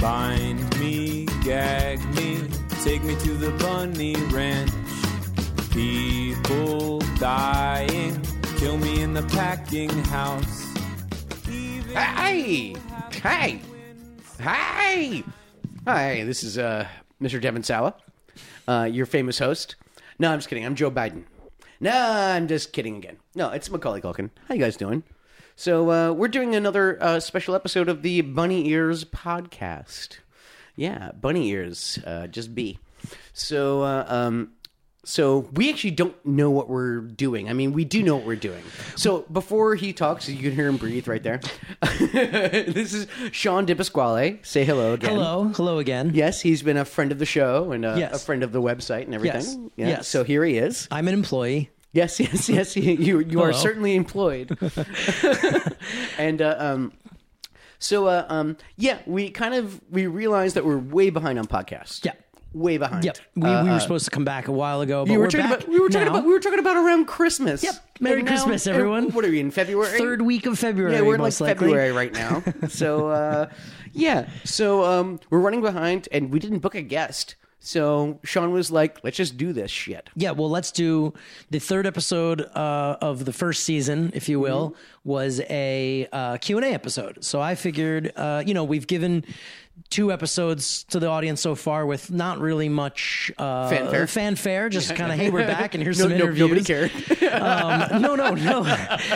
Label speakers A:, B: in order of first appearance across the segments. A: Bind me, gag me, take me to the bunny ranch. People dying, kill me in the packing house. Even
B: Hey! Hey! Hey! Hi, this is uh, Mr. Devin Sala, uh, your famous host. No, I'm just kidding. I'm Joe Biden. No, I'm just kidding again. No, it's Macaulay Culkin. How you guys doing? So uh, we're doing another uh, special episode of the Bunny Ears podcast. Yeah, Bunny Ears, uh, just B. So, uh, um, so we actually don't know what we're doing. I mean, we do know what we're doing. So before he talks, you can hear him breathe right there. this is Sean DiPasquale. Say hello again.
C: Hello, hello again.
B: Yes, he's been a friend of the show and a, a
C: Yes.
B: friend of the website and everything.
C: Yes.
B: Yeah.
C: Yes.
B: So here he is.
C: I'm an employee.
B: Yes, yes, yes. You you, you are
C: Hello.
B: certainly employed. and uh, um, so uh, um, yeah, we kind of we realized that we're way behind on podcasts.
C: Yeah.
B: way behind.
C: Yep, we, we were supposed to come back a while ago, but
B: We
C: we
B: Uh-huh. were,
C: are
B: talking
C: back.
B: about we were talking
C: now.
B: about we were talking about around Christmas.
C: Yep. Merry
B: And
C: Christmas,
B: and
C: everyone.
B: What are we in February?
C: third week of February.
B: Yeah, we're in like
C: most likely.
B: February right now. so uh, yeah, so um, we're running behind, and we didn't book a guest. So Sean was like, "Let's just do this shit."
C: Yeah, well, let's do the third episode uh, of the first season, if you will,
B: Mm-hmm.
C: was a uh, Q and A episode. So I figured, uh, you know, we've given two episodes to the audience so far with not really much uh,
B: Fanfare.
C: fanfare, just kind of hey, we're back, and here's
B: No-
C: some
B: no-
C: interviews.
B: nobody cared.
C: um, no, no, no,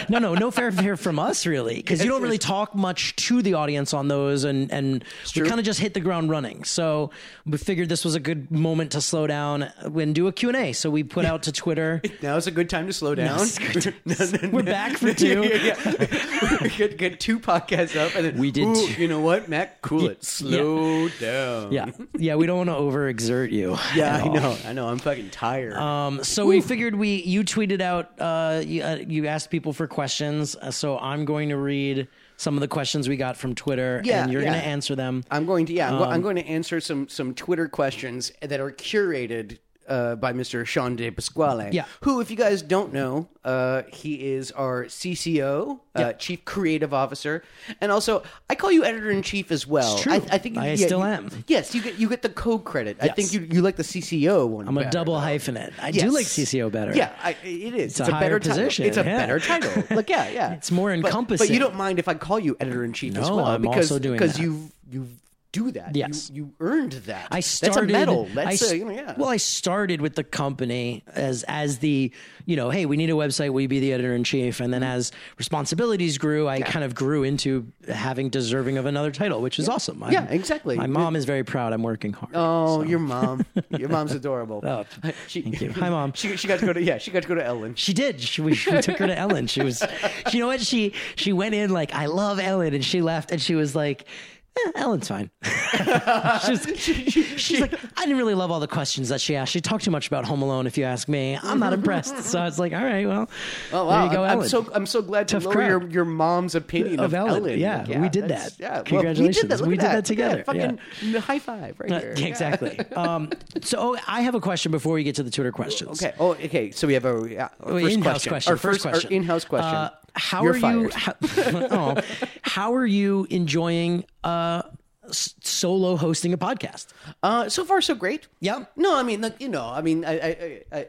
C: no, no, no fair fear from us really, because you don't really talk much to the audience on those, and and we kind of just hit the ground running. So we figured this was a good moment to slow down and do a Q and A. So we put out to Twitter.
B: Now is a good time to slow down.
C: it's a good
B: No, no,
C: We're
B: no.
C: back for two.
B: yeah, yeah. We get, get two podcasts up, and then
C: We did
B: "Ooh,
C: two."
B: You know what, Matt? Cool it. Slow down.
C: Yeah, yeah, we don't want to overexert you.
B: Yeah,
C: at
B: I
C: all.
B: know. I know. I'm fucking tired.
C: Um, so we figured we you tweeted out uh, you, uh, you asked people for questions. Uh, so I'm going to read some of the questions we got from Twitter,
B: Yeah,
C: and you're
B: yeah.
C: going to answer them.
B: I'm going to yeah. I'm, go-
C: Um,
B: I'm going to answer some some Twitter questions that are curated. Uh, by Mr. Sean De Pasquale,
C: Yeah.
B: who, if you guys don't know, uh, he is our CCO, uh, Chief Creative Officer, and also I call you Editor in Chief as well.
C: It's true.
B: I, I think
C: I
B: yeah,
C: still
B: you-
C: am.
B: Yes, you get you get the co credit. I think you you like the CCO one.
C: I'm a
B: better.
C: double hyphenate. I do
B: Yes.
C: like CCO better.
B: Yeah, I, it is. It's,
C: a
B: a, better
C: higher
B: title.
C: position,
B: It's a
C: yeah.
B: better title. Like yeah, yeah.
C: It's more
B: But- But,
C: encompassing.
B: you don't mind if I call you editor in chief as
C: No,
B: well
C: I'm
B: because
C: also doing
B: because
C: that.
B: you you do that.
C: Yes.
B: you, you earned that.
C: I
B: That's
C: started.
B: a medal.
C: I
B: That's
C: s-
B: a, you know, yeah.
C: Well, I started with the company as as the you know, hey, we need a website. We be the editor in chief, and then
B: Mm-hmm.
C: as responsibilities grew, I kind of grew into having deserving of another title, which is awesome. I'm-
B: Yeah, exactly.
C: My mom is very proud. I'm working hard.
B: Oh, your mom! Your mom's adorable.
C: Oh,
B: she,
C: thank you. Hi, Mom.
B: She, she got to go to yeah. She got to go to Ellen.
C: She did. She, we, we took her to Ellen. She was, you know what? She she went in like I love Ellen, and she left, and she was like, eh, Ellen's fine. she's, she's like, I didn't really love all the questions that she asked. She talked too much about Home Alone. If you ask me, I'm not impressed. So I was like, all right, well,
B: Oh wow!
C: there you go,
B: I'm, I'm
C: Ellen.
B: so I'm so glad to
C: Tough
B: lower
C: crowd.
B: your, your mom's opinion of,
C: Of Ellen, yeah,
B: Like,
C: we did
B: that's-
C: that.
B: Yeah, well, we did that.
C: Congratulations,
B: Look
C: we
B: at
C: did
B: that,
C: that together, Uh,
B: Yeah, fucking high five right there. Yeah.
C: exactly. Um, so oh, I have a question before we get to the Twitter questions.
B: Okay. Oh, okay. So we have our yeah, first
C: Wait, Oh, in-house
B: question. Our
C: First,
B: our
C: question.
B: in-house question.
C: Uh, how
B: You're
C: are you?
B: fired.
C: How, oh, how are you enjoying uh, s- solo hosting a podcast?
B: Uh, so far, so great.
C: Yeah.
B: No, I mean, like, you know, I mean, I, I, I, I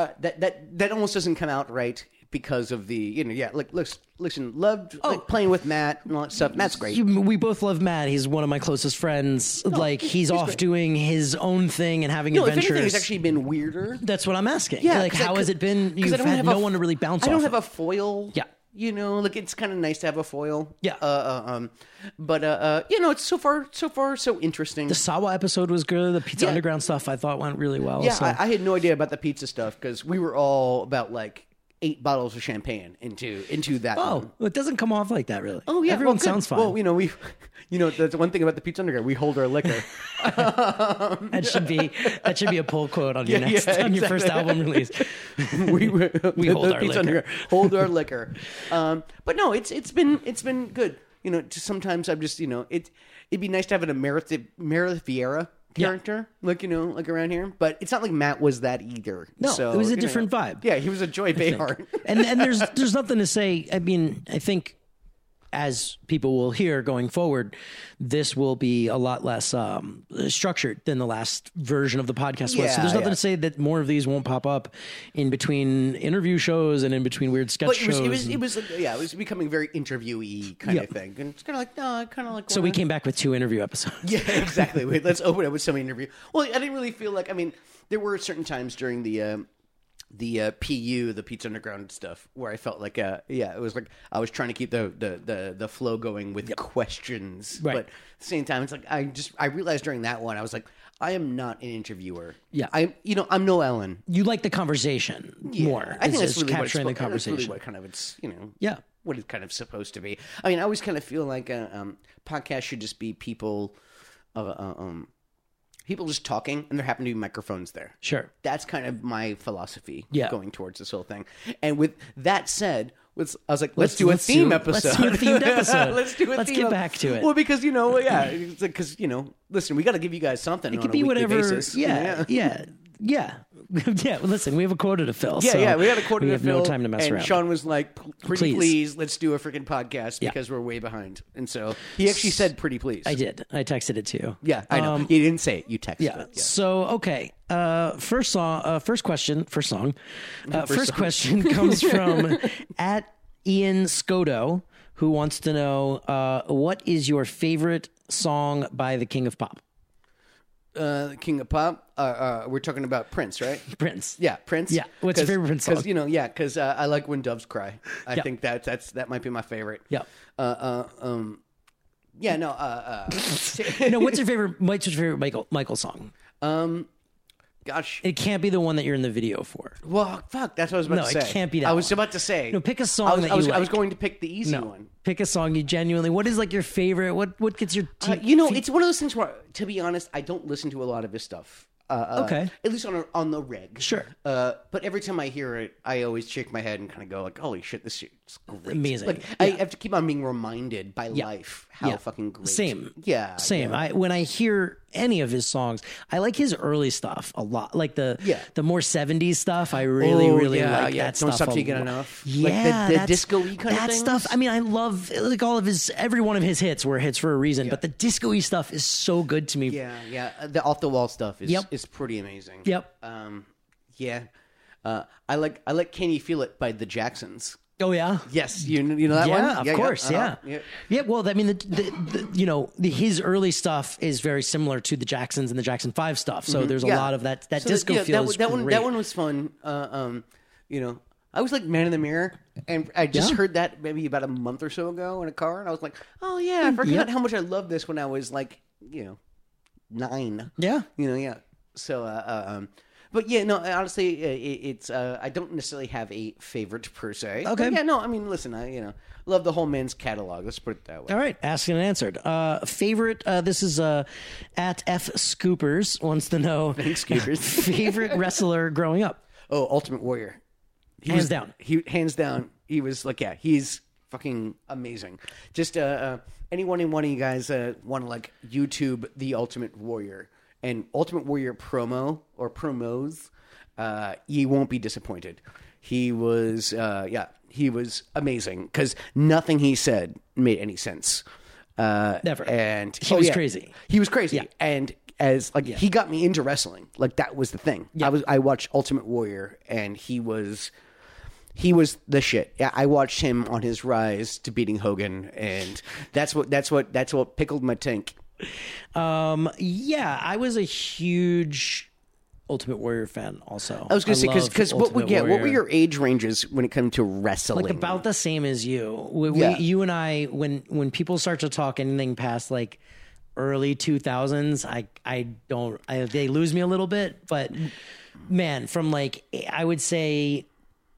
B: uh, that that that almost doesn't come out right because of the, you know, yeah. Like, listen, listen loved like, playing with Matt and all that stuff. Matt's great.
C: Oh. You- we both love Matt. He's one of my closest friends. like he's, off doing his own thing and having
B: no, if
C: adventures.
B: anything, it's actually been weirder.
C: That's what I'm asking.
B: Yeah.
C: Like,
B: 'cause I-
C: how has it been?
B: 'cause
C: You've
B: I don't
C: had
B: have a
C: no
B: f-
C: one to really bounce
B: I don't
C: off.
B: have
C: of.
B: a foil.
C: Yeah.
B: You know, like it's kind of nice to have a foil.
C: Yeah.
B: Uh, uh, um, but uh, uh, you know, it's so far, so far, so interesting.
C: the Sawa episode was good. The Pizza
B: Yeah.
C: Underground stuff I thought went really well.
B: Yeah,
C: so.
B: I, I had no idea about the pizza stuff because we were all about like eight bottles of champagne into into that.
C: Oh,
B: one.
C: well, it doesn't come off like that, really.
B: Oh yeah, well,
C: everyone
B: good.
C: sounds fine.
B: Well, you know we, you know that's one thing about the pizza underground. We hold our liquor.
C: that should be that should be a pull quote on your
B: Yeah,
C: next
B: yeah,
C: on your first
B: exactly.
C: album release.
B: we we
C: hold our liquor.
B: Hold our liquor. Um, but no, it's it's been it's been good. You know, just sometimes I'm just you know it. It'd be nice to have an Emerita Meredith Vieira character, like you know, like around here. But it's not like Matt was that either.
C: No,
B: so,
C: it was a
B: you know.
C: different vibe.
B: Yeah, he was a Joy Behar.
C: and and there's there's nothing to say. I mean, I think as people will hear going forward, this will be a lot less um, structured than the last version of the podcast was.
B: Yeah,
C: So there's nothing
B: yeah.
C: to say that more of these won't pop up in between interview shows and in between weird sketch
B: But it was,
C: shows.
B: it was,
C: and-
B: it was, like, yeah, it was becoming very interviewee kind
C: Yeah.
B: of thing, and it's kind of like, no, I kind of like.
C: so we
B: wanna-
C: came back with two interview episodes.
B: Yeah, exactly. Wait, let's open up with some interview. Well, I didn't really feel like. I mean, there were certain times during the uh, the uh, PU, the Pizza Underground stuff, where I felt like, uh, yeah, it was like I was trying to keep the the the, the flow going with questions,
C: Right.
B: but at the same time, it's like I just I realized during that one, I was like, I am not an interviewer.
C: Yeah.
B: I'm. You know, I'm no Ellen.
C: You like the conversation more.
B: I think that's
C: it's,
B: really
C: capturing
B: what it's, that's
C: the conversation.
B: really what kind of it's you know
C: Yeah.
B: what it's kind of supposed to be. I mean, I always kind of feel like uh um, podcast should just be people, uh, uh, um, people just talking, and there happen to be microphones there.
C: Sure.
B: That's kind of my philosophy
C: Yeah.
B: going towards this whole thing. And with that said, let's, I was like, let's,
C: Let's-
B: do a
C: let's
B: theme
C: do-
B: episode.
C: let's do a themed episode.
B: let's do a
C: Let's
B: theme
C: get
B: ep-
C: back to it.
B: Well, because, you know, yeah, because, you know, listen, we got to give you guys something.
C: It could be whatever.
B: Yeah.
C: Yeah, yeah, yeah, yeah. well, listen, we have a quota to fill.
B: Yeah,
C: so
B: yeah, we had a quarter
C: We
B: to
C: have
B: fill,
C: no time to mess
B: and
C: around.
B: Sean was like, "P- "Pretty
C: Please.
B: please, let's do a freaking podcast
C: Yeah.
B: because we're way behind." And so he actually said, "Pretty please."
C: I did. I texted it to you.
B: yeah, I know.
C: Um,
B: you didn't say it. You texted
C: yeah.
B: it. Yeah.
C: So okay. Uh, first song. Uh, first question. First song. Uh, first question comes from at Ian Scodo, who wants to know uh, what is your favorite song by the King of Pop,
B: Uh, King of Pop. Uh, uh, we're talking about Prince, right?
C: Prince.
B: Yeah, Prince.
C: Yeah, what's your favorite Prince
B: Because
C: song?
B: you know, yeah, because uh, I like when doves cry. I think that that's that might be my favorite.
C: Yeah.
B: Uh, uh, um, yeah. No. Uh,
C: No, what's your favorite? What's your favorite Michael Michael song?
B: uh, um, gosh.
C: It can't be the one that you're in the video for.
B: well, fuck. That's what I was about
C: No,
B: to
C: it
B: say.
C: can't be that
B: I was
C: one.
B: about to say.
C: No, pick a song
B: I was,
C: that
B: I was,
C: you
B: I was
C: like.
B: going to pick the easy one.
C: Pick a song you genuinely. What is like your favorite? What what gets your
B: Uh,
C: teeth?
B: you know, it's one of those things where, to be honest, I don't listen to a lot of his stuff. Uh, uh,
C: Okay.
B: At least on a, on the reg.
C: Sure.
B: Uh, but every time I hear it, I always shake my head and kind of go like, "Holy shit, this shit's great!"
C: Amazing.
B: Like I have to keep on being reminded by life how
C: Yeah.
B: fucking great.
C: Same.
B: Yeah.
C: Same. I when I hear any of his songs, I like his early stuff a lot. Like the
B: Yeah.
C: the more 70s stuff. I really
B: Oh,
C: really
B: yeah,
C: like
B: yeah.
C: that
B: Don't
C: stuff.
B: Stop
C: a
B: Till You Get
C: lot.
B: Enough. Like the-
C: Yeah,
B: the
C: that's-
B: disco-y kind of
C: that
B: things?
C: stuff. I mean, I love like all of his every one of his hits were hits for a reason, but the disco-y stuff is so good to me.
B: Yeah. Yeah. Uh, The off the wall stuff is
C: Yep.
B: is pretty amazing.
C: Yep.
B: Um. Yeah. Uh, I like I like Can You Feel It by the Jacksons.
C: Oh yeah.
B: Yes, you you know that
C: yeah,
B: one.
C: of course,
B: uh-huh,
C: yeah. yeah, Well, I mean, the, the, the you know the, his early stuff is very similar to the Jacksons and the Jackson Five stuff. So there's a
B: Mm-hmm. Yeah.
C: lot of that that
B: So
C: disco
B: yeah,
C: feel.
B: that,
C: is
B: that one
C: great.
B: that one was fun uh, um you know i was like man in the mirror and i just
C: Yeah.
B: heard that maybe about a month or so ago in a car and i was like oh yeah
C: Mm,
B: i forgot how much i loved this when i was like you know nine
C: Yeah.
B: you know yeah so uh, uh um but yeah no honestly uh, it, it's uh i don't necessarily have a favorite per se But
C: Okay.
B: yeah no i mean listen i you know love the whole man's catalog let's put it that way
C: All right, asked and answered. Uh, favorite. Uh, this is uh, at F Scoopers wants to know.
B: Thanks, Scoopers.
C: favorite wrestler growing up,
B: oh ultimate warrior he
C: hands
B: was-
C: down.
B: He hands down. He was like, yeah, he's fucking amazing. Just uh, uh anyone in one of you guys uh, want to like YouTube the Ultimate Warrior and Ultimate Warrior promo or promos, uh, you won't be disappointed. He was, uh, yeah, he was amazing because nothing he said made any sense. Uh,
C: Never.
B: And
C: He
B: oh,
C: was
B: yeah.
C: crazy.
B: He was crazy. And as like he got me into wrestling. Like that was the thing. I was I watched Ultimate Warrior and he was he was the shit. Yeah, I watched him on his rise to beating Hogan and that's what that's what that's what pickled my tank.
C: Um, yeah, I was a huge Ultimate Warrior fan. Also,
B: I was going to say cuz
C: loved
B: cuz what we
C: Ultimate
B: yeah, what were
C: Warrior.
B: your age ranges when it came to wrestling?
C: like about the same as you. We, we-
B: Yeah.
C: you and I, when when people start to talk anything past like early two thousands, I I don't I, they lose me a little bit. But man, from like I would say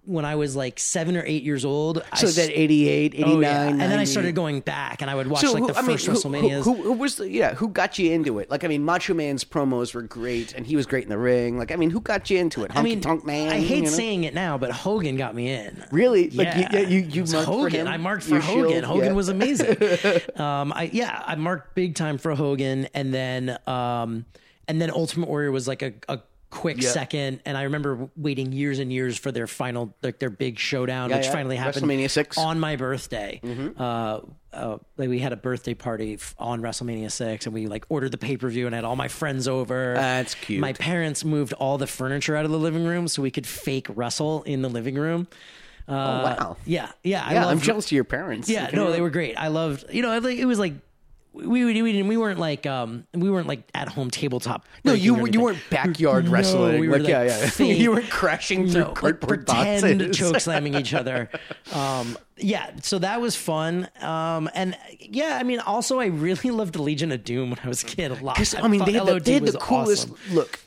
C: when I was like seven or eight years old,
B: so
C: I,
B: that 88, 89,
C: oh, yeah. and then
B: 90.
C: I started going back and I would watch
B: So
C: like
B: who-
C: the
B: I mean,
C: first
B: who- who-
C: WrestleManias.
B: Who, who was the, yeah? Who got you into it? Like, I mean, Macho Man's promos were great, and he was great in the ring. Like, I mean, who got you into it? Honky
C: I mean,
B: Tonk Man.
C: I
B: you
C: hate
B: know?
C: saying it now, but Hogan got me in.
B: Really?
C: Yeah,
B: Like you, yeah, you, you
C: It's
B: marked
C: Hogan.
B: for him.
C: I marked for
B: You
C: Hogan.
B: shielded-
C: Hogan
B: yeah.
C: was amazing. um, I yeah, I marked big time for Hogan, and then um, and then Ultimate Warrior was like a, a quick
B: Yeah.
C: second. And I remember waiting years and years for their final, like their big showdown,
B: Yeah,
C: which
B: yeah.
C: finally happened
B: WrestleMania Mm-hmm. 6.
C: on my birthday. Uh, uh, like we had a birthday party f- on WrestleMania six, and we like ordered the pay per view and had all my friends over.
B: That's cute.
C: My parents moved all the furniture out of the living room so we could fake wrestle in the living room. Uh,
B: Oh, wow.
C: Yeah, yeah.
B: Yeah,
C: I
B: I'm
C: loved-
B: jealous of your parents.
C: yeah, no, they were great. I loved, you know, I like- it was like we we, we didn't we weren't like um we weren't like at home tabletop.
B: No,
C: breaking
B: you
C: everything.
B: you weren't backyard
C: No,
B: wrestling.
C: we were,
B: like, yeah, yeah.
C: fake-
B: you were crashing through
C: no, like,
B: cardboard
C: pretend
B: boxes.
C: choke slamming each other. Um, yeah, so that was fun. Um, and yeah, I mean, also I really loved Legion of Doom when I was a kid a lot.
B: 'Cause, I mean, they had, the,
C: LOD
B: they had
C: was
B: the coolest
C: awesome.
B: look.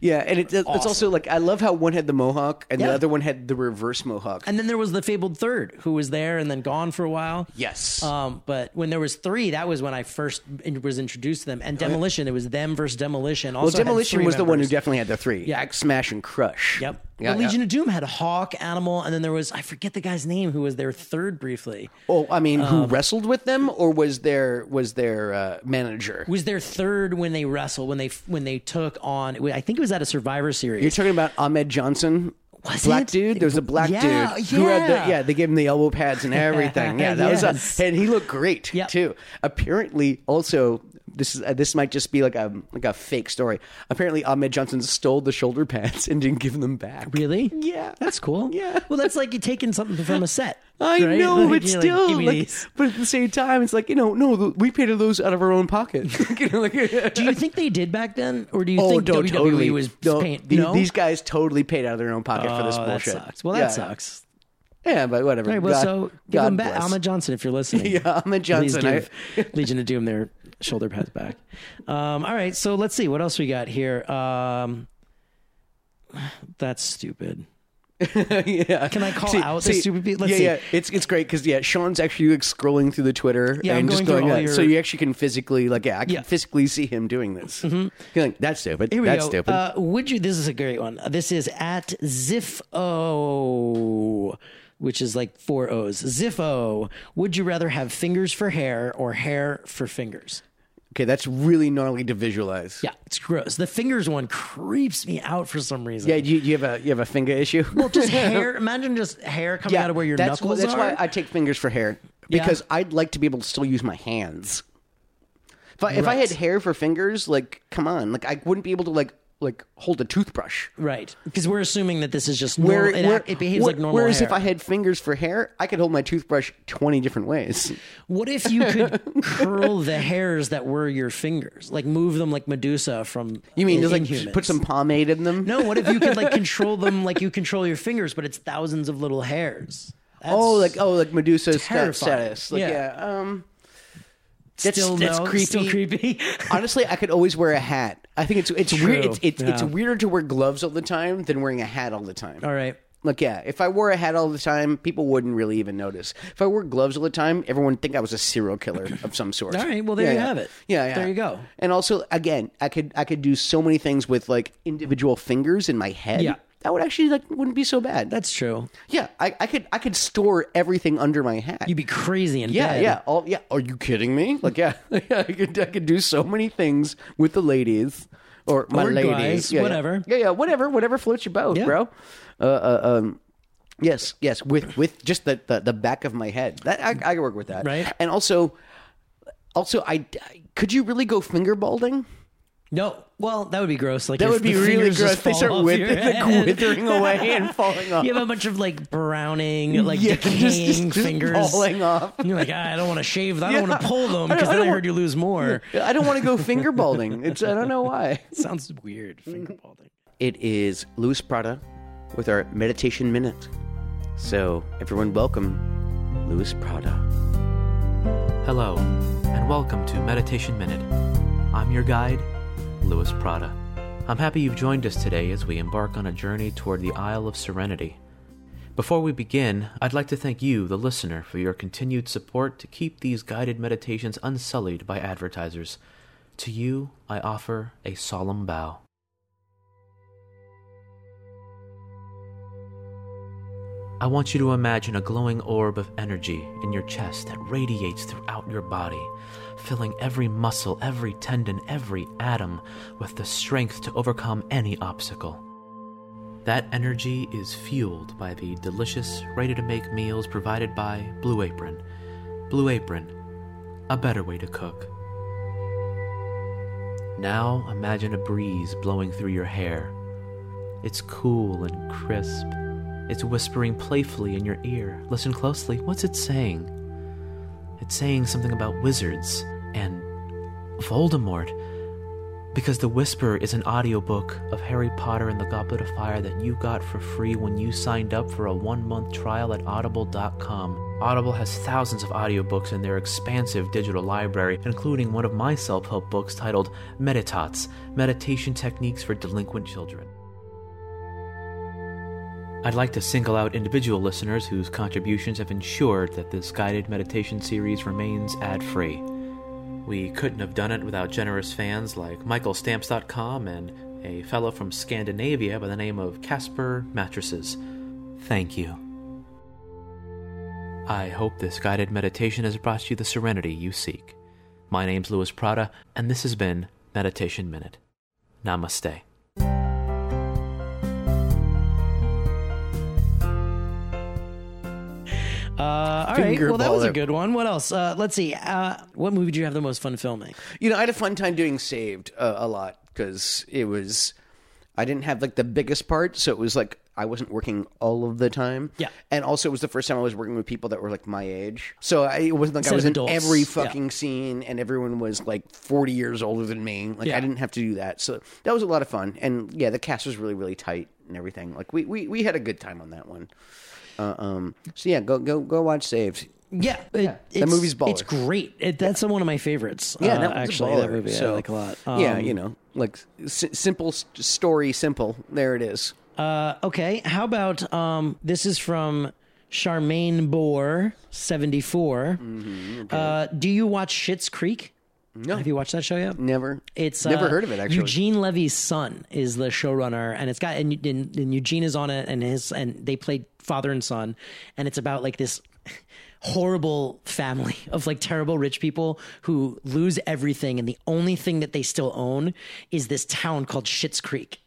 B: Yeah, and it, it's also
C: Awesome.
B: like I love how one had the mohawk and the
C: Yeah.
B: other one had the reverse mohawk.
C: And then there was the fabled third, who was there and then gone for a while.
B: yes,
C: Um, but when there was three, that was when I first in- was introduced to them. And Demolition, it was them versus Demolition.
B: Oh, well,
C: Also had
B: demolition
C: three
B: was the one who
C: members.
B: definitely had the three.
C: Yeah.
B: Axe smash and crush.
C: Yep.
B: Yeah,
C: the
B: yeah.
C: Legion of Doom had Hawk, Animal, and then there was I forget the guy's name who was their third briefly.
B: Oh, I mean,
C: Um,
B: who wrestled with them, or was their was their uh, manager?
C: Was their third when they wrestled when they when they took on I think it was at a Survivor Series.
B: You're talking about Ahmed Johnson.
C: Was
B: black
C: it?
B: dude. There was a black
C: Yeah,
B: dude who had
C: yeah.
B: the yeah. They gave him the elbow pads and everything. Yeah, that was
C: Yes.
B: a, and he looked great
C: Yep.
B: too. Apparently, also this is uh, this might just be like a like a fake story. Apparently, Ahmed Johnson stole the shoulder pads and didn't give them back.
C: really?
B: Yeah.
C: That's cool.
B: Yeah.
C: Well, that's like you taking something from a set.
B: I
C: right?
B: know,
C: Like,
B: but
C: you're
B: still,
C: give me
B: like,
C: these.
B: but at the same time, it's like you know, no, th- we paid those out of our own pocket. You know, like-
C: do you think they did back then, or do you
B: Oh,
C: think
B: no,
C: WWE
B: totally.
C: E was
B: no,
C: paint?
B: the-
C: no,
B: These guys totally paid out of their own pocket for this
C: oh, that
B: bullshit.
C: sucks. Well, that
B: Yeah,
C: sucks.
B: Yeah, but whatever.
C: All right, well,
B: God,
C: so give
B: God
C: them back.
B: bless.
C: Alma Johnson, if you're listening.
B: Yeah, Ahmed
C: Please
B: Johnson, I-
C: give Legion of Doom their shoulder pads back. Um, all right, so let's see what else we got here. Um, that's stupid.
B: yeah.
C: Can I call out the stupid people? Let's
B: yeah,
C: see.
B: yeah. It's it's great because yeah, Sean's actually like scrolling through the Twitter
C: Yeah, I'm
B: and just
C: going through
B: going
C: all
B: uh,
C: your-
B: so you actually can physically like yeah, I can
C: Yeah. Mm-hmm.
B: physically see him doing this. You're like, that's stupid.
C: Here we
B: that's
C: go.
B: stupid.
C: Uh, would you? This is a great one. This is at Ziffo, which is like four O's. Ziffo. Would you rather have fingers for hair or hair for fingers?
B: okay, that's really gnarly to visualize.
C: Yeah, it's gross. The fingers one creeps me out for some reason.
B: Yeah, you, you have a you have a finger issue.
C: Well, just hair. Imagine just hair coming out of where your
B: that's wh-
C: knuckles
B: that's
C: are.
B: why I take fingers for hair because I'd like to be able to still use my hands. If I, if I had hair for fingers, like come on, like I wouldn't be able to like like hold a toothbrush.
C: right, because we're assuming that this is just
B: Where,
C: normal. It,
B: where-
C: act- it behaves
B: where-
C: like normal.
B: Whereas
C: hair.
B: if I had fingers for hair, I could hold my toothbrush twenty different ways.
C: what if you could curl the hairs that were your fingers, like move them like Medusa from
B: You mean
C: in,
B: just like
C: Inhumans?
B: put some pomade in them?
C: No, what if you could like control them like you control your fingers, but it's thousands of little hairs. That's
B: Oh, like oh, like Medusa's sta-
C: terrifying.
B: status. Like, yeah.
C: Yeah.
B: Um, that's,
C: still
B: that's
C: no,
B: creepy.
C: Still creepy.
B: Honestly, I could always wear a hat. I think it's it's weird.
C: True.
B: It's it's, it's
C: Yeah.
B: weirder to wear gloves all the time than wearing a hat all the time.
C: All right.
B: Look, yeah, if I wore a hat all the time, people wouldn't really even notice. If I wore gloves all the time, everyone would think I was a serial killer of some sort.
C: All right, well, there
B: Yeah,
C: you
B: yeah.
C: have it.
B: Yeah, yeah.
C: There you go.
B: And also, again, I could I could do so many things with like individual fingers in my head.
C: Yeah.
B: That would actually like wouldn't be so bad.
C: That's true.
B: yeah, I, I could I could store everything under my hat.
C: You'd be crazy in
B: Yeah,
C: bed.
B: yeah. All yeah. Are you kidding me? Like, yeah, yeah. I could, I could do so many things with the ladies or my
C: Or
B: ladies,
C: guys,
B: yeah, yeah.
C: whatever.
B: Yeah. yeah, whatever, whatever floats your boat,
C: Yeah.
B: bro. Uh, uh, um, yes, yes. With with just the the, the back of my head, that I, I can work with that.
C: Right.
B: And also, also, I could you really go finger balding?
C: No. Well, that would be gross. Like
B: That
C: your-
B: would be
C: the
B: really
C: fingers
B: gross.
C: just
B: They
C: fall
B: start
C: off
B: with,
C: your
B: like,
C: head.
B: withering away and falling off.
C: You have a bunch of like browning, like
B: Yeah, just-
C: decaying
B: just- just
C: fingers
B: falling off.
C: And you're like, "Ah, I don't want to shave. I don't
B: Yeah.
C: want to pull them
B: I don't-
C: because
B: I
C: then
B: don't
C: I
B: want-
C: heard you lose more.
B: I don't want to go finger balding. It's I don't know why.
C: Sounds weird. Finger balding.
B: It is Luis Prada with our meditation minute. So, everyone, welcome Luis Prada.
D: Hello, and welcome to Meditation Minute. I'm your guide, Louis Prada. I'm happy you've joined us today as we embark on a journey toward the Isle of Serenity. Before we begin, I'd like to thank you, the listener, for your continued support to keep these guided meditations unsullied by advertisers. To you, I offer a solemn bow. I want you to imagine a glowing orb of energy in your chest that radiates throughout your body, filling every muscle, every tendon, every atom with the strength to overcome any obstacle. That energy is fueled by the delicious, ready to make meals provided by Blue Apron. Blue Apron, a better way to cook. Now imagine a breeze blowing through your hair. It's cool and crisp. It's whispering playfully in your ear. Listen closely. What's it saying? It's saying something about wizards and Voldemort. Because The Whisper is an audiobook of Harry Potter and the Goblet of Fire that you got for free when you signed up for a one month trial at audible.com. Audible has thousands of audiobooks in their expansive digital library, including one of my self help books titled Meditats Meditation Techniques for Delinquent Children. I'd like to single out individual listeners whose contributions have ensured that this guided meditation series remains ad free. We couldn't have done it without generous fans like MichaelStamps.com and a fellow from Scandinavia by the name of Casper Mattresses. Thank you. I hope this guided meditation has brought you the serenity you seek. My name's Louis Prada, and this has been Meditation Minute. Namaste.
C: Uh, all right.
B: Finger
C: Well, that was
B: baller.
C: a good one. What else? Uh, let's see. Uh, what movie did you have the most fun filming?
B: You know, I had a fun time doing Saved uh, a lot because it was. I didn't have like the biggest part, so it was like I wasn't working all of the time.
C: Yeah.
B: and also it was the first time I was working with people that were like my age, so I, it wasn't like
C: Instead
B: I was
C: of
B: in
C: adults.
B: every
C: Yeah.
B: fucking scene, and everyone was like forty years older than me. Like
C: Yeah.
B: I didn't have to do that, so that was a lot of fun. And yeah, the cast was really really tight and everything. Like we we, we had a good time on that one. Uh, um. So yeah, go go go watch Saved.
C: Yeah, it, it's-
B: movie's baller.
C: It's great. It, that's one of my favorites.
B: Yeah,
C: uh,
B: that was
C: actually
B: a baller,
C: that movie
B: so,
C: I like a lot.
B: yeah,
C: Um,
B: you know, like s- simple s- story, simple. There it is.
C: Uh, okay, how about um, this is from Charmaine Bohr, seventy
B: Mm-hmm,
C: Uh, do you watch Schitt's Creek? No. Have you watched that show yet?
B: Never,
C: It's
B: never
C: uh,
B: heard of it. Actually,
C: Eugene Levy's son is the showrunner, and it's got and, and, and Eugene is on it, and his and they played father and son, and it's about like this horrible family of like terrible rich people who lose everything, and the only thing that they still own is this town called Schitt's Creek.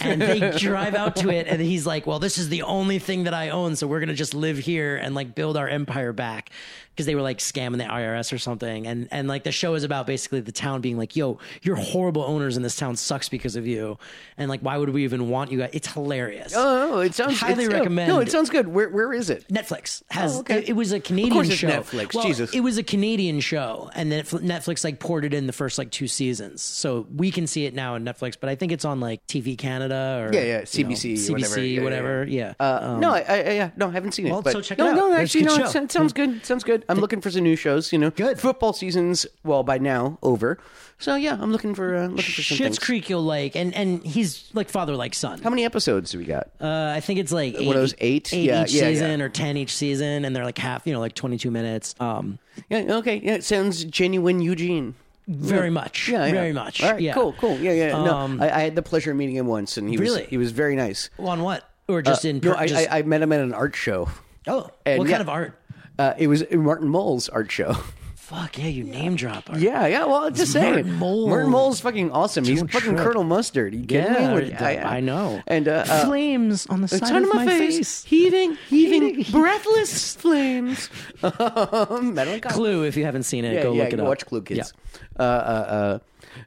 C: and they drive out to it and he's like well this is the only thing that i own so we're gonna just live here and like build our empire back because they were like scamming the irs or something and and like the show is about basically the town being like yo you're horrible owners and this town sucks because of you and like why would we even want you guys it's hilarious
B: oh, it sounds
C: highly
B: it's- oh,
C: recommend
B: No, it sounds good. Where where is it?
C: Netflix has
B: Oh, okay.
C: it, it was a Canadian
B: course it's
C: show.
B: Netflix,
C: Well,
B: Jesus.
C: it was a Canadian show, and then Netf- Netflix like ported in the first like two seasons, so we can see it now on Netflix. But I think it's on like TV Canada or
B: Yeah, yeah,
C: you know,
B: CBC,
C: CBC,
B: whatever. Yeah, yeah,
C: whatever. Yeah,
B: Uh, no, I, I, I- yeah, no, I haven't seen it.
C: Um, Well,
B: but,
C: so check it
B: no,
C: out.
B: No,
C: It's a
B: actually,
C: good
B: no,
C: show.
B: it sounds- sounds good. Sounds good. I'm looking for some new shows. You know,
C: Good.
B: football seasons. Well, by now over. So yeah, I'm looking for uh, looking for some
C: Shit's
B: things.
C: Creek you'll like, and and he's like father like son.
B: How many episodes do we got?
C: Uh, I think it's like eight,
B: of those eight? Yeah,
C: each
B: yeah, yeah.
C: season or ten each season, and they're like half, you know, like twenty two minutes. Um,
B: yeah, okay. Yeah, it sounds genuine, Eugene.
C: very much,
B: Yeah, yeah.
C: very much.
B: All right,
C: yeah,
B: cool, cool. Yeah, yeah. No,
C: Um,
B: I, I had the pleasure of meeting him once, and he
C: Really?
B: was he was very nice.
C: On what or just in?
B: Uh, No,
C: per-
B: I,
C: just,
B: I, I met him at an art show.
C: oh,
B: and
C: what
B: yeah.
C: kind of art?
B: Uh, it was Martin Mole's art show.
C: Fuck yeah, you name drop art.
B: yeah, yeah. Well, just saying,
C: Martin Mull.
B: Martin Mole's fucking awesome. He's
C: Don't
B: fucking
C: trip.
B: Colonel Mustard. You kidding
C: Yeah,
B: me?
C: I- I- I know.
B: And uh, uh,
C: flames on the
B: the
C: side
B: side
C: of my, face.
B: heaving, heaving, breathless flames. um, Madeline Kahn.
C: Clue, if you haven't seen it,
B: Yeah,
C: go
B: yeah,
C: look it
B: you
C: up.
B: Watch Clue Kids. Uh, uh, uh,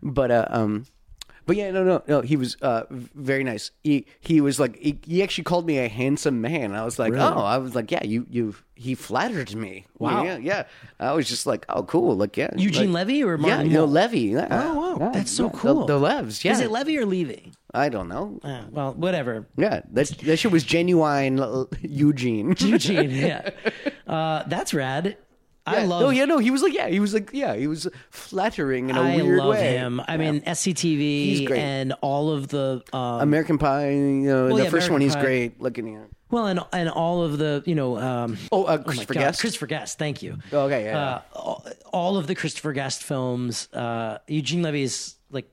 B: but uh, um, but yeah, no, no, no. He was uh, v- very nice. He he was like he, he actually called me a handsome man. I was like, oh, I was like, yeah, you you. He flattered me.
C: Wow.
B: Yeah, yeah. I was just like, oh, cool. Like, yeah,
C: Eugene
B: like,
C: Levy or
B: Yeah,
C: Martin
B: no
C: Mull?
B: Levy. Yeah,
C: Oh, wow.
B: yeah,
C: That's so
B: yeah, the-
C: cool.
B: The, Levs. Yeah,
C: Is it Levy or Levy?
B: I don't know.
C: Uh, well, whatever.
B: Yeah, that that shit was genuine uh, Eugene.
C: Eugene, yeah. Uh, that's rad. I
B: Yeah.
C: love.
B: No, yeah, no. He was like, yeah, he was like, yeah, he was flattering in a
C: I
B: weird
C: love
B: way.
C: him. I
B: Yeah.
C: mean,
B: He's
C: SCTV
B: great.
C: and all of the um,
B: American Pie, you know, the
C: yeah,
B: first one
C: American
B: he's
C: Pie.
B: great looking at.
C: well, and and all of the you know um,
B: Oh, uh,
C: my
B: Christopher
C: God,
B: Guest. Oh,
C: Christopher Guest. Thank you.
B: Okay, yeah,
C: Uh, all, all of the Christopher Guest films. Uh, Eugene Levy's like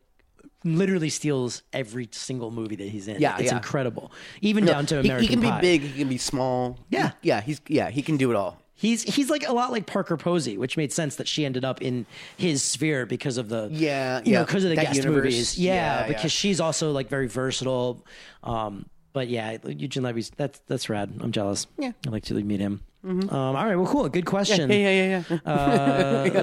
C: literally steals every single movie that he's in.
B: Yeah,
C: it's
B: yeah.
C: incredible. Even down to
B: He-
C: American
B: he, can be
C: Pie.
B: big, he can be small.
C: Yeah.
B: He- yeah, he's yeah, he can do it all.
C: He's he's like a lot like Parker Posey, which made sense that she ended up in his sphere because of the
B: Yeah,
C: you know
B: yeah,
C: because of the
B: that
C: guest
B: universe.
C: movies. Yeah,
B: Yeah,
C: because
B: yeah.
C: she's also like very versatile. Um, but yeah, Eugene Levy's that's that's rad. I'm jealous. Yeah, I'd like to meet him. Um, all right, well, cool. Good question.
B: Mm-hmm. Yeah, yeah, yeah, yeah.
C: Uh,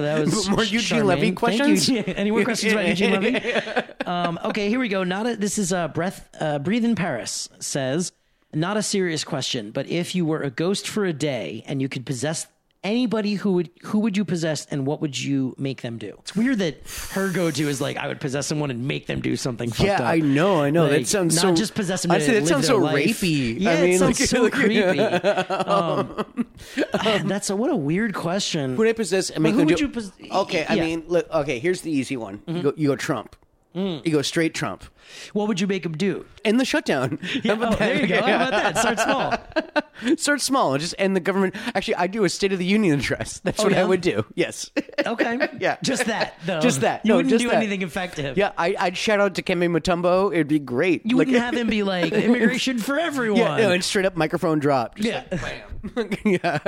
C: that was
B: More Eugene Levy
C: Charmaine.
B: questions?
C: Thank you. Any more questions about Eugene Levy? Um, okay, here we go. Not a, this is a breath. Uh, Breathe in Paris says, not a serious question, but if you were a ghost for a day and you could possess anybody, who would who would you possess, and what would you make them do? It's weird that her go to is like I would possess someone and make them do something. fucked
B: Yeah,
C: up.
B: I know, I know. That
C: Like,
B: sounds
C: not
B: so-
C: just possess them.
B: I said
C: and
B: that
C: live
B: sounds
C: their
B: so
C: life.
B: rapey. I
C: Yeah,
B: mean,
C: it sounds
B: like-
C: so
B: like-
C: creepy. Um, that's a, what a weird question.
B: Would I possess and make
C: who
B: them
C: would
B: do-
C: you pos-
B: Okay, I
C: Yeah. Mm-hmm.
B: mean, look, okay, here's the easy one. You, go, you go Trump.
C: Mm.
B: You go straight Trump.
C: What would you make them do?
B: End the shutdown. How about
C: Oh,
B: that?
C: there you go. How about that? Start small.
B: Start small and just end the government. Actually, I do a State of the Union address. That's what I
C: Oh, yeah?
B: would do. Yes.
C: Okay.
B: Yeah.
C: Just that, though.
B: Just that.
C: You
B: No,
C: wouldn't
B: just
C: do
B: that.
C: anything effective.
B: yeah, I, I'd shout out to Kemi Mutombo. It'd be great.
C: You
B: Like-
C: wouldn't have him be like immigration for everyone.
B: Yeah, no, and straight up microphone drop. Just
C: Yeah.
B: like, yeah.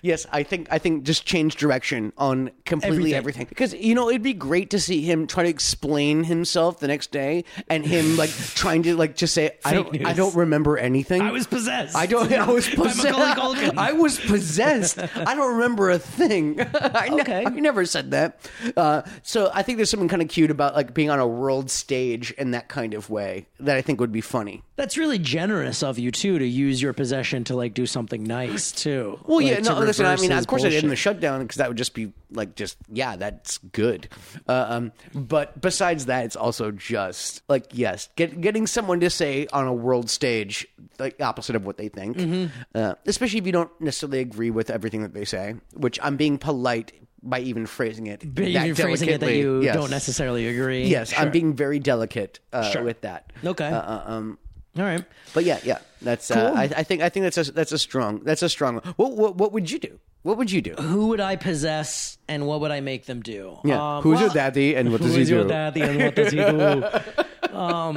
B: yes, I think I think just change direction on completely everything.
C: Everything.
B: Because you know, it'd be great to see him try to explain himself the next day and him like trying to like just say I
C: Fake
B: don't
C: news.
B: I don't remember anything.
C: I was possessed.
B: I don't. I was
C: By
B: possessed.
C: Macaulay Culkin.
B: I was possessed. I don't remember a thing. I, ne-
C: Okay.
B: I never said that. Uh, so I think there's something kind of cute about like being on a world stage in that kind of way that I think would be funny.
C: That's really generous of you too to use your possession to like do something nice too.
B: Well,
C: Like,
B: yeah,
C: to
B: no, listen, I
C: reverse
B: mean,
C: his
B: of course I did in the
C: bullshit.
B: shutdown because that would just be like, just, yeah, that's good. Uh, um, but besides that, it's also just like, yes, get, getting someone to say on a world stage the opposite of what they think,
C: Mm-hmm.
B: uh, especially if you don't necessarily agree with everything that they say, which I'm being polite by even phrasing it.
C: But
B: that
C: you're phrasing it that
B: delicately.
C: you
B: Yes.
C: don't necessarily agree.
B: Yes, I'm
C: Sure.
B: being very delicate uh,
C: Sure.
B: with that.
C: Okay.
B: Uh, uh, um,
C: All right.
B: but yeah, yeah, that's uh, I, I think I think that's a that's a strong that's a strong. one. What what what would you do? What would you do?
C: Who would I possess and what would I make them do?
B: Yeah.
C: Um,
B: Who's your
C: well,
B: daddy and what does
C: Who
B: he
C: is your
B: do?
C: daddy and what does he do? um,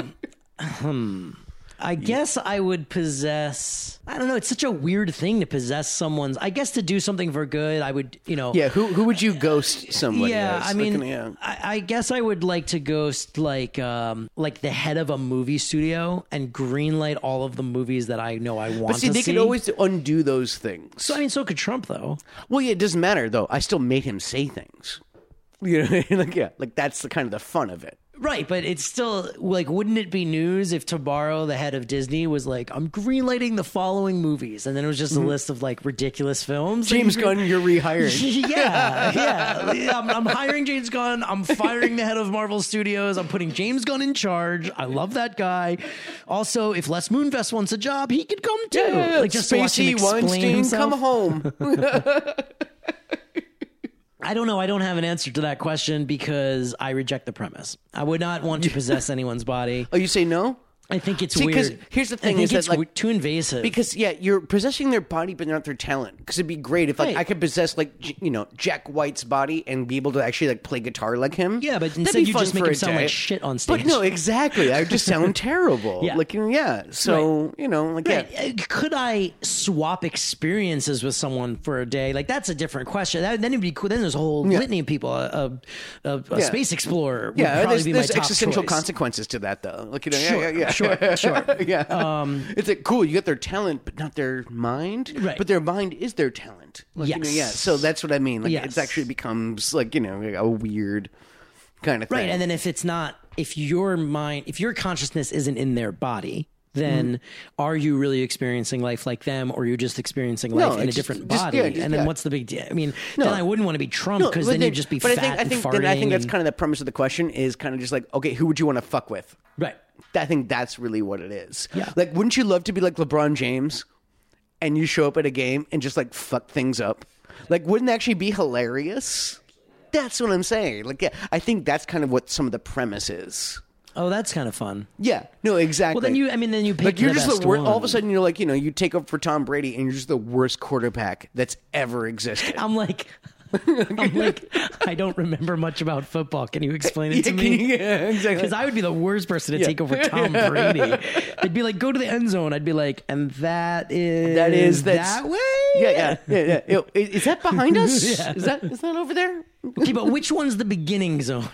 C: hmm. I guess I would possess. I don't know. It's such a weird thing to possess someone's. I guess to do something for good, I would, you know.
B: Yeah, who who would you ghost somebody?
C: Yeah,
B: as?
C: I
B: Like,
C: mean,
B: yeah.
C: I, I guess I would like to ghost like um like the head of a movie studio and greenlight all of the movies that I know I want
B: But see,
C: to
B: they
C: see.
B: could always undo those things.
C: So I mean, so could Trump though.
B: well, yeah, it doesn't matter though. I still made him say things. You know, what I mean? like yeah, like that's the kind of the fun of it.
C: Right, but it's still like, wouldn't it be news if Tomorrow, the head of Disney, was like, "I'm greenlighting the following movies," and then it was just a list of like ridiculous films. that
B: Mm-hmm. James
C: you-
B: Gunn, you're rehired.
C: yeah, yeah. Yeah, I'm, I'm hiring James Gunn. I'm firing the head of Marvel Studios. I'm putting James Gunn in charge. I love that guy. Also, if Les Moonves wants a job, he could come too. like just to watch him
B: Spacey,
C: explain
B: Weinstein,
C: himself.
B: come home.
C: I don't know. I don't have an answer to that question because I reject the premise. I would not want to possess anyone's body.
B: oh, you say no?
C: I think it's
B: See, 'cause
C: weird.
B: here's the
C: I
B: thing
C: think
B: is that,
C: it's
B: like-
C: we- too invasive.
B: Because yeah, you're possessing their body, but not their talent. Because it'd be great if like
C: Right.
B: I could possess like J- you know Jack White's body and be able to actually like play guitar like him.
C: Yeah, but
B: That'd
C: instead
B: be
C: you
B: fun
C: just make
B: for
C: him
B: a
C: sound like
B: day.
C: shit on
B: But
C: stage.
B: no, exactly. I would just sound terrible.
C: Yeah.
B: Like yeah. So you know, like
C: Right.
B: yeah.
C: Uh, Could I swap experiences with someone for a day? Like that's a different question. That, then it'd be cool. Then there's a whole
B: Yeah.
C: litany of people. A, a, a,
B: Yeah.
C: a space explorer would
B: Yeah,
C: probably
B: there's,
C: be my
B: there's
C: top
B: existential
C: choice.
B: consequences to that, though. Like, you know,
C: Sure,
B: yeah, yeah, yeah.
C: sure, sure. Um,
B: yeah. it's like cool. You got their talent, but not their mind.
C: Right.
B: But their mind is their talent. Like, you know,
C: Yes.
B: yeah. So that's what I mean. Like, it's
C: Yes.
B: actually becomes like you know a weird kind of thing.
C: Right. And then if it's not, if your mind, if your consciousness isn't in their body, then
B: Mm-hmm.
C: are you really experiencing life like them, or are you just experiencing life in a
B: it's
C: different
B: just-
C: body?
B: yeah, just-
C: and then
B: yeah.
C: what's the big deal? I mean, then I wouldn't want to be Trump
B: No,
C: because
B: but
C: then you'd just be
B: But
C: fat
B: I think I
C: and
B: think
C: farting.
B: I think that's
C: and-
B: kind of the premise of the question is kind of just like okay, who would you want to fuck with?
C: right.
B: I think that's really what it is.
C: Yeah.
B: Like, wouldn't you love to be like LeBron James, and you show up at a game and just like fuck things up? Like, wouldn't that actually be hilarious? That's what I'm saying. Like, yeah, I think that's kind of what some of the premise is.
C: Oh, that's kind of fun.
B: Yeah. No, exactly.
C: Well, then you, I mean, then you pick
B: like you're
C: the
B: just
C: best
B: the worst. All of a
C: one.
B: sudden, you're like, you know, you take up for Tom Brady, and you're just the worst quarterback that's ever existed.
C: I'm like, I'm like, I don't remember much about football. Can you explain it to
B: Yeah,
C: me?
B: can you- yeah, exactly.
C: Because I would be the worst person to take over Tom Brady. They'd be like, go to the end zone. I'd be like, and that is
B: That is- that's-
C: that way.
B: Yeah, yeah, yeah, yeah. Ew, i- Is that behind us?
C: Yeah.
B: Is that is that over there?
C: Okay, but which one's the beginning zone?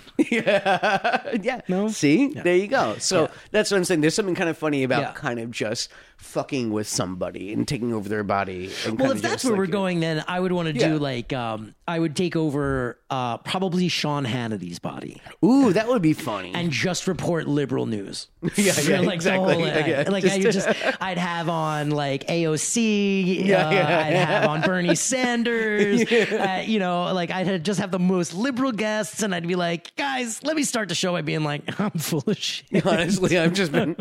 B: yeah.
C: No?
B: See, there you go. So
C: Yeah.
B: that's what I'm saying. There's something kind of funny about
C: Yeah.
B: kind of just fucking with somebody and taking over their body. And
C: Well,
B: kind
C: if
B: of
C: that's
B: just,
C: where
B: like,
C: we're going, then I would want to
B: Yeah.
C: do like um, I would take over uh, probably Sean Hannity's body
B: Ooh, that would be funny.
C: and just report liberal news.
B: yeah,
C: For,
B: yeah,
C: like, the
B: exactly.
C: whole- uh,
B: Yeah, yeah.
C: Like I
B: Just-
C: just, I'd have on like AOC.
B: Yeah,
C: uh,
B: yeah.
C: I'd have on Bernie Sanders. Uh, you know, like I'd have- just have the most liberal guests, and I'd be like, guys, let me start the show by being like, I'm full of shit.
B: honestly, I've just been.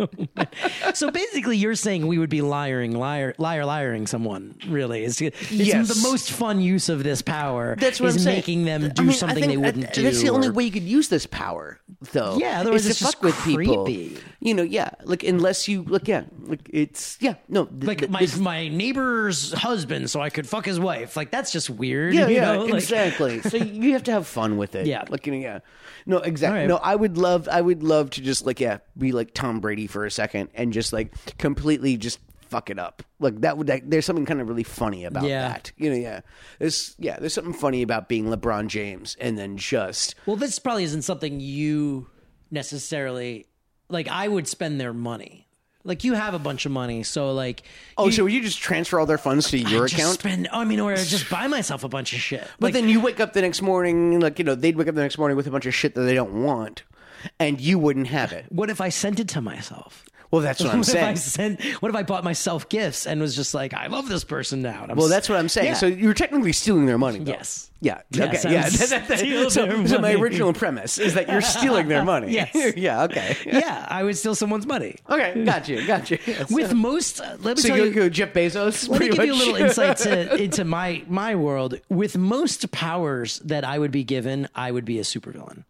C: so basically, you're saying we would be lying, liar, liar, liaring someone. Really, is it's
B: Yes.
C: the most fun use of this power.
B: That's what
C: is
B: I'm saying.
C: making them
B: I
C: do
B: mean, I
C: something
B: think
C: they
B: that-
C: wouldn't do.
B: That's the only
C: or-
B: way you could use this power, though.
C: Yeah,
B: is
C: otherwise
B: to
C: it's just
B: fuck with
C: creepy.
B: people. You know, yeah, like unless you like, yeah, like it's yeah, no, th-
C: Like
B: th-
C: my
B: this-
C: my neighbor's husband, so I could fuck his wife. Like that's just weird.
B: Yeah,
C: you
B: yeah,
C: know? Like-
B: exactly. so you have to have fun with it.
C: Yeah.
B: like you know, yeah, no, exactly.
C: All right.
B: No, I would love, I would love to just like yeah, be like Tom Brady for a second and just like completely just fuck it up. Like that would that, there's something kind of really funny about
C: Yeah.
B: that. You know, yeah, there's yeah, there's something funny about being LeBron James and then just
C: Well, this probably isn't something you necessarily like. I would spend their money. Like you have a bunch of money, so like
B: oh, so you just transfer all their funds to your
C: just
B: account.
C: spend. I mean, or just buy myself a bunch of shit.
B: But
C: Like,
B: then you wake up the next morning, like, you know, they'd wake up the next morning with a bunch of shit that they don't want, and you wouldn't have it.
C: what if I sent it to myself?
B: Well, that's what I'm
C: what If I
B: saying.
C: sent, what if I bought myself gifts and was just like, I love this person now? and I'm
B: Well,
C: s-
B: that's what I'm saying.
C: Yeah.
B: So you're technically stealing their money. though.
C: Yes.
B: Yeah.
C: Yes,
B: okay.
C: I'm
B: Yeah. That- that-
C: stealing
B: so,
C: their
B: so my
C: money.
B: original premise is that you're stealing their money.
C: Yes.
B: yeah. Okay.
C: yeah, I would steal someone's money.
B: Okay. Got you. Got you. Yes.
C: With most, uh, let me
B: so
C: tell
B: you,
C: you,
B: go Jeff Bezos.
C: let me
B: pretty
C: give you a
B: much.
C: little insight to, into my my world. With most powers that I would be given, I would be a supervillain.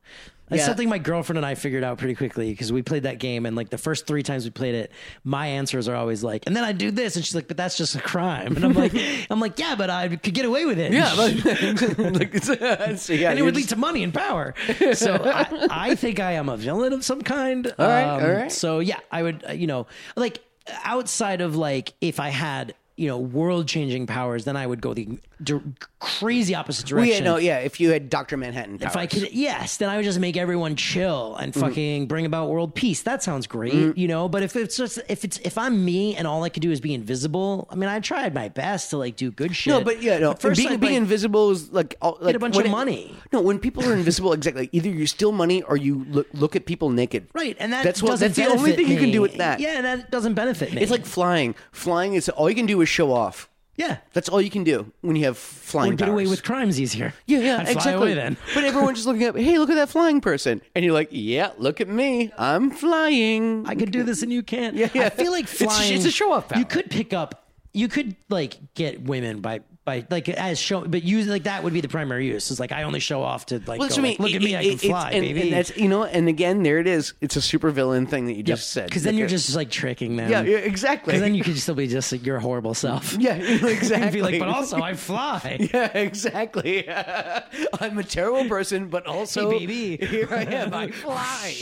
C: That's
B: Yeah.
C: something my girlfriend and I figured out pretty quickly because we played that game and like the first three times we played it, my answers are always like, and then I do this, and she's like, but that's just a crime, and I'm like, I'm like, yeah, but I could get away with it.
B: yeah. But, like, it's- uh, so, yeah.
C: and it would
B: you're
C: lead to money and power. So I, I think I am a villain of some kind. All
B: right, all right.
C: So yeah, I would, uh, you know, like outside of like if I had you know world changing powers, then I would go the d- crazy opposite
B: just-
C: direction.
B: yeah. No. Yeah. If you had Doctor Manhattan powers. Mm.
C: If I could, yes, then I would just make everyone chill and fucking bring about world peace. That sounds great, you know. But if it's just if it's if I'm me and all I could do is be invisible, I mean, I tried my best to like do good shit.
B: No, but yeah, no.
C: At first,
B: being,
C: I'd,
B: being
C: like-
B: invisible is like, all, like
C: a bunch
B: when
C: of money.
B: No, when people are invisible, exactly. Either you steal money or you look, look at people naked.
C: Right, and that
B: that's what
C: doesn't
B: that's the only
C: benefit
B: thing you can
C: me.
B: do with that.
C: Yeah, and that doesn't benefit me.
B: it's like flying. Flying is all you can do is show off.
C: yeah,
B: That's all you can do when you have flying.
C: or get away
B: powers.
C: with crimes easier.
B: Yeah, yeah,
C: I'd
B: exactly.
C: Fly away then.
B: but everyone's just looking up. Hey, look at that flying person, and you're like, yeah, look at me, I'm flying.
C: I could do this and you can't.
B: yeah.
C: I feel like
B: It's a-
C: flying.
B: it's a show-off power.
C: You could pick up. You could like get women by by like as show, but use like that would be the primary use. Is like I only show off to like,
B: Well, that's
C: go,
B: what
C: like, look at me, I can
B: It- it- it's-
C: fly,
B: and,
C: baby.
B: And that's you know, and again, there it is. It's a supervillain thing that you just said.
C: because then
B: Like
C: you're
B: a-
C: just like tricking them.
B: yeah, yeah, exactly.
C: Because then you could still be just like your horrible self.
B: Yeah, exactly.
C: and be like, but also I fly.
B: yeah, exactly. I'm a terrible person, but also,
C: Hey, baby.
B: here I am. I fly.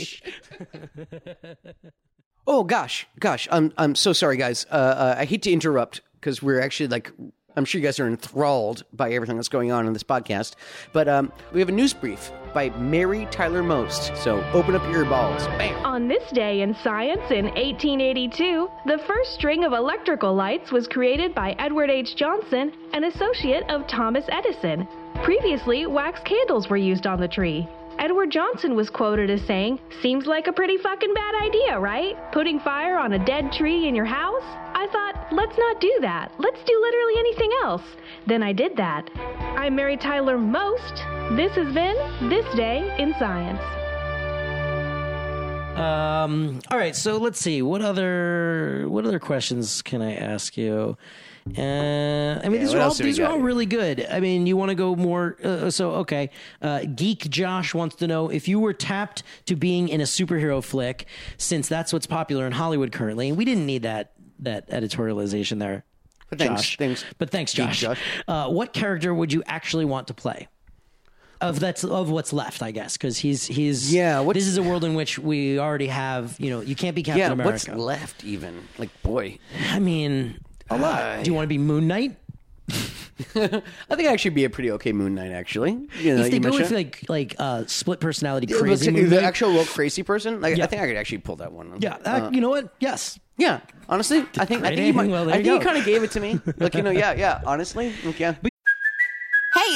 B: oh gosh, gosh, I'm I'm so sorry, guys. Uh, uh, I hate to interrupt because we're actually like. I'm sure you guys are enthralled by everything that's going on in this podcast, but um, we have a news brief by Mary Tyler Most. So open up your earballs. Bam.
E: On this day in science in 1882, the first string of electrical lights was created by Edward H. Johnson, an associate of Thomas Edison. Previously, wax candles were used on the tree. Edward Johnson was quoted as saying, Seems like a pretty fucking bad idea, right? Putting fire on a dead tree in your house? I thought, let's not do that. Let's do literally anything else. Then I did that. I'm Mary Tyler Most. This has been This Day in Science.
C: Um, all right, so let's see what other what other questions can I ask you? Uh, I mean, these
B: what
C: are all
B: else do we
C: these
B: got
C: are all
B: here?
C: really good. I mean, you want to go more? Uh, so okay, uh, Geek Josh wants to know if you were tapped to being in a superhero flick, since that's what's popular in Hollywood currently. And we didn't need that that editorialization there,
B: But thanks,
C: Josh.
B: thanks.
C: But thanks, Josh.
B: Josh.
C: Uh, what character would you actually want to play? of that's of what's left, I guess, because he's he's
B: Yeah, what's-
C: This is a world in which we already have. You know, you can't be Captain
B: yeah,
C: America.
B: what's left even? Like, boy,
C: I mean,
B: a lot.
C: do you want to be Moon Knight?
B: I think I actually be a pretty okay Moon Knight, actually. You know,
C: if they
B: you
C: go with
B: mentioned-
C: like like uh, split personality
B: Uh, Yeah, let's
C: crazy,
B: say
C: Moon
B: the
C: Knight-
B: actual real crazy person. Like,
C: Yeah.
B: I think I could actually pull that one.
C: yeah, uh, you know what? Yes,
B: yeah. Honestly, I think I
C: Great
B: think you, might,
C: ending. Well, there
B: I
C: you
B: think you
C: go.
B: kind of gave it to me. Like you know, yeah, yeah. Honestly, like, yeah.
F: Hey,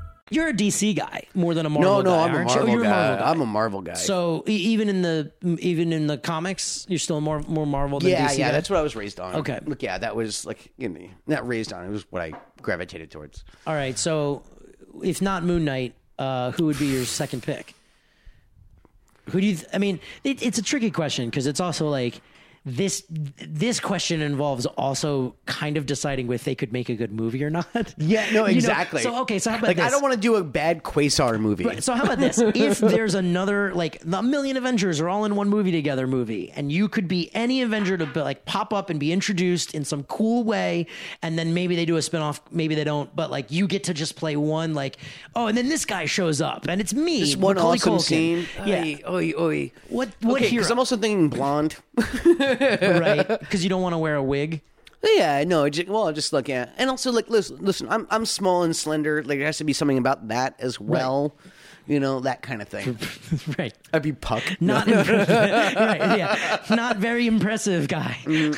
C: you're a DC guy more than a Marvel.
B: No, no,
C: guy,
B: I'm a
C: aren't you? Oh,
B: Marvel
C: you're
B: guy.
C: a Marvel guy.
B: I'm a Marvel guy.
C: So e- even in the even in the comics, you're still more more Marvel than
B: yeah,
C: DC.
B: yeah.
C: guy?
B: That's what I was raised on.
C: Okay.
B: Look, yeah, that was like you know, not raised on. It was what I gravitated towards.
C: all right. So if not Moon Knight, uh, who would be your second pick? Who do you? Th- I mean, it, it's a tricky question because it's also like this. This question involves also kind of deciding if they could make a good movie or not.
B: Yeah, no,
C: You know,
B: exactly.
C: so okay, so how about
B: like I
C: this?
B: don't want to do a bad Quasar movie.
C: Right, So how about this? If there's another like a million Avengers are all in one movie together movie, and you could be any Avenger to be, like pop up and be introduced in some cool way, and then maybe they do a spinoff, maybe they don't, but like you get to just play one like oh, and then this guy shows up and it's me.
B: Just one
C: Macaulay
B: awesome
C: Culkin.
B: scene.
C: Yeah.
B: Oy, oy, oy.
C: What what
B: okay,
C: hero?
B: because I'm also thinking blonde.
C: right? Because you don't want to wear a wig.
B: yeah, no. Just, well, just look at, and also like listen, listen. I'm I'm small and slender. Like there has to be something about that as well. You know that kind of thing.
C: right.
B: I'd be Puck.
C: Not impressive. right, yeah. Not very impressive guy.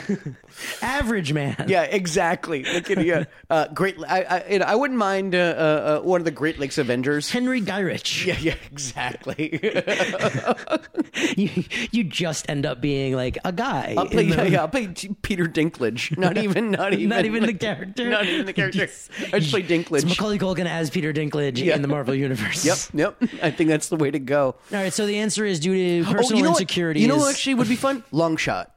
C: Average man.
B: Mm. Yeah, exactly. Like, you know, yeah, uh, great. I I, you know, I wouldn't mind uh, uh, uh, one of the Great Lakes Avengers.
C: Henry Gyrich.
B: Yeah, yeah, exactly.
C: you, you just end up being like a guy.
B: I'll play,
C: in the-
B: yeah, yeah, I'll play T- Peter Dinklage. Not even, not even,
C: Not even the character.
B: Not even the character. I just play
C: It's
B: Dinklage.
C: Macaulay Culkin as Peter Dinklage
B: Yeah.
C: in the Marvel universe.
B: Yep, yep. I think that's the way to go.
C: All right. So the answer is due to
B: Oh,
C: personal
B: you know what-
C: insecurity.
B: You know what actually would be fun? Long shot.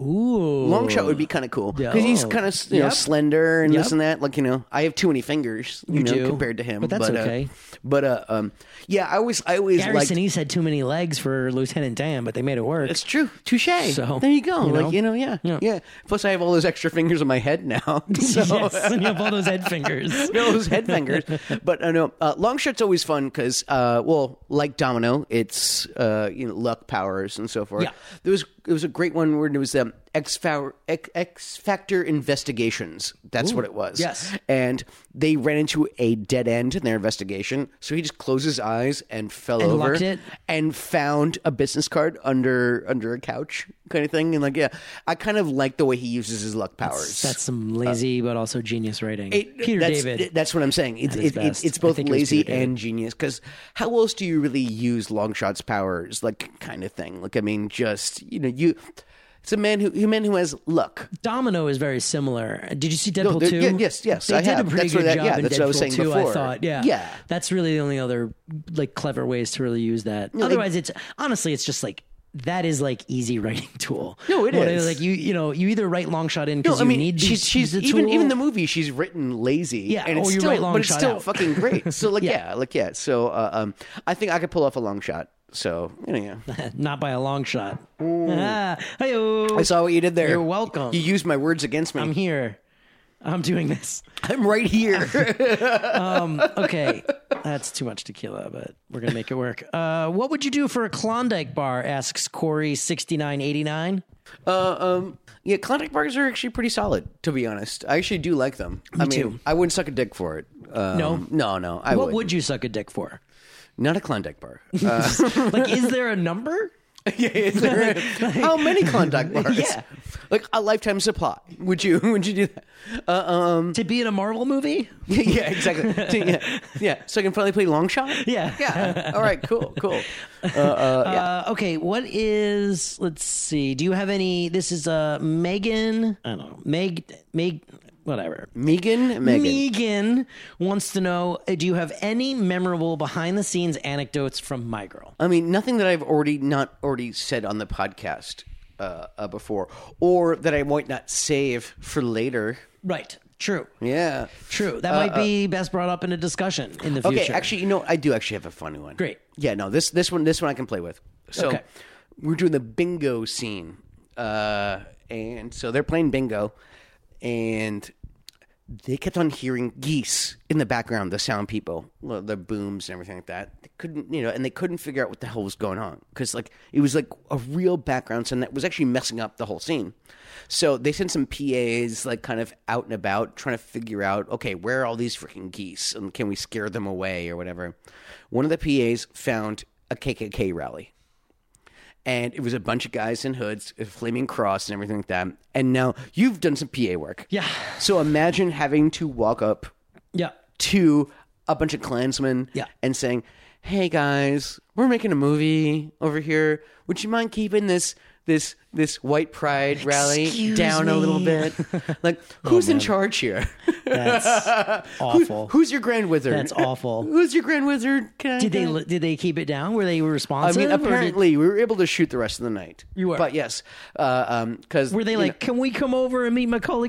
C: Ooh.
B: Long shot would be kind of cool because he's
C: Oh.
B: kind of you know
C: Yep.
B: slender and
C: Yep.
B: this and that. Like you know, I have too many fingers. You,
C: You
B: know,
C: do.
B: compared to him.
C: But that's
B: uh,
C: okay.
B: but uh, um, yeah, I always, I always
C: Gary
B: like.
C: Sinise had too many legs for Lieutenant Dan, but they made it work.
B: It's true. Touche.
C: So,
B: there you go.
C: you know?
B: like you know, yeah,
C: Yeah.
B: yeah, Plus, I have all those extra fingers on my head now. So.
C: yes, and you have all those head fingers.
B: those head fingers. But I know uh, long shot's always fun because, uh, well, like domino, it's uh, you know luck powers and so forth.
C: Yeah.
B: There was it was a great one where it was um, X, Fou- X, X Factor Investigations. That's what it was.
C: yes.
B: And they ran into a dead end in their investigation, so he just closed his eyes and fell
C: And
B: over
C: locked it?
B: and found a business card under under a couch kind of thing. And like, yeah, I kind of like the way he uses his luck powers.
C: That's some lazy but also genius writing.
B: It-
C: Peter
B: that's,
C: David.
B: That's what I'm saying. It's
C: At his
B: it, it's
C: best.
B: it's
C: I
B: both
C: think it was
B: lazy
C: Peter David.
B: and genius. Because how else do you really use Longshot's powers, like kind of thing? Like I mean, just you know, you. It's a man who, a man who has luck.
C: Domino is very similar. Did you see Deadpool
B: there-
C: two?
B: yeah, yes, yes,
C: They
B: I
C: did
B: have.
C: a pretty
B: That's
C: good
B: what I-
C: job
B: yeah,
C: in
B: that's
C: Deadpool
B: what I was saying
C: two. I
B: before.
C: thought, yeah,
B: Yeah.
C: that's really the only other like clever ways to really use that. Otherwise, it's honestly, it's just like that is like easy writing tool.
B: No, it
C: it is
B: is.
C: Like you, you know, you either write long shot in
B: No,
C: because
B: I mean,
C: you need the-
B: she's she's
C: the
B: even
C: tool.
B: even the movie she's written lazy.
C: Yeah,
B: and it's
C: or you
B: still
C: write long
B: but it's
C: shot
B: still
C: out.
B: fucking great. So like
C: Yeah.
B: yeah. like yeah. So uh, um, I think I could pull off a long shot. So you know, yeah.
C: not by a long shot. Ah, hey-o.
B: I saw what you did there.
C: You're welcome.
B: You used my words against me.
C: I'm here. I'm doing this.
B: I'm right here.
C: Okay, that's too much tequila, but we're gonna make it work. Uh, what would you do for a Klondike bar? Asks Corey sixty nine eighty nine.
B: Uh, um, yeah, Klondike bars are actually pretty solid, to be honest. I actually do like them. I mean,
C: too.
B: I wouldn't suck a dick for it. Um,
C: No?
B: no, no. I
C: What
B: would.
C: would you suck a dick for?
B: Not a Klondike bar. Uh,
C: Like, is there a number?
B: yeah, is there- how many Klondike bars?
C: Yeah.
B: like a lifetime supply. Would you? Would you do that?
C: to be in a Marvel movie?
B: yeah, exactly. So, yeah, yeah. So I can finally play long shot.
C: Yeah.
B: yeah. All right, cool, cool.
C: Uh, okay, what is? Let's see. Do you have any? This is uh, Megan. I don't know. Meg. Meg. whatever.
B: Megan, Megan.
C: Megan wants to know uh, Do you have any memorable behind the scenes anecdotes from My Girl?
B: I mean, nothing that I've already not already said on the podcast uh, uh, before, or that I might not save for later.
C: Right. True.
B: Yeah.
C: True. That might be best brought up in a discussion in the
B: Uh, Okay.
C: future.
B: Actually, you know, I do actually have a funny one.
C: Great.
B: Yeah. No. This this one this one I can play with. So
C: Okay.
B: we're doing the bingo scene, uh, and so they're playing bingo, and they kept on hearing geese in the background, the sound people, well, the booms and everything like that. They couldn't, you know, and they couldn't figure out what the hell was going on because, like, it was like a real background sound that was actually messing up the whole scene. So they sent some PAs, like, kind of out and about, trying to figure out, okay, where are all these freaking geese and can we scare them away or whatever. One of the PAs found a KKK rally and it was a bunch of guys in hoods, a flaming cross, and everything like that. And now you've done some PA work.
C: Yeah.
B: So imagine having to walk up
C: yeah.
B: to a bunch of Klansmen
C: Yeah.
B: and saying, "Hey guys, we're making a movie over here. Would you mind keeping this?" This this white pride rally
C: Excuse
B: down a little
C: me." Oh,
B: bit. Like who's in charge here?
C: That's awful.
B: who's your grand wizard?
C: That's awful.
B: Who's your grand wizard? Can I-
C: did they li- did they keep it down? Were they
B: I
C: responsive?
B: mean,
C: or did-
B: apparently we were able to shoot the rest of the night.
C: You were.
B: but yes, uh, um, because
C: were they like, can we come over and meet Macaulay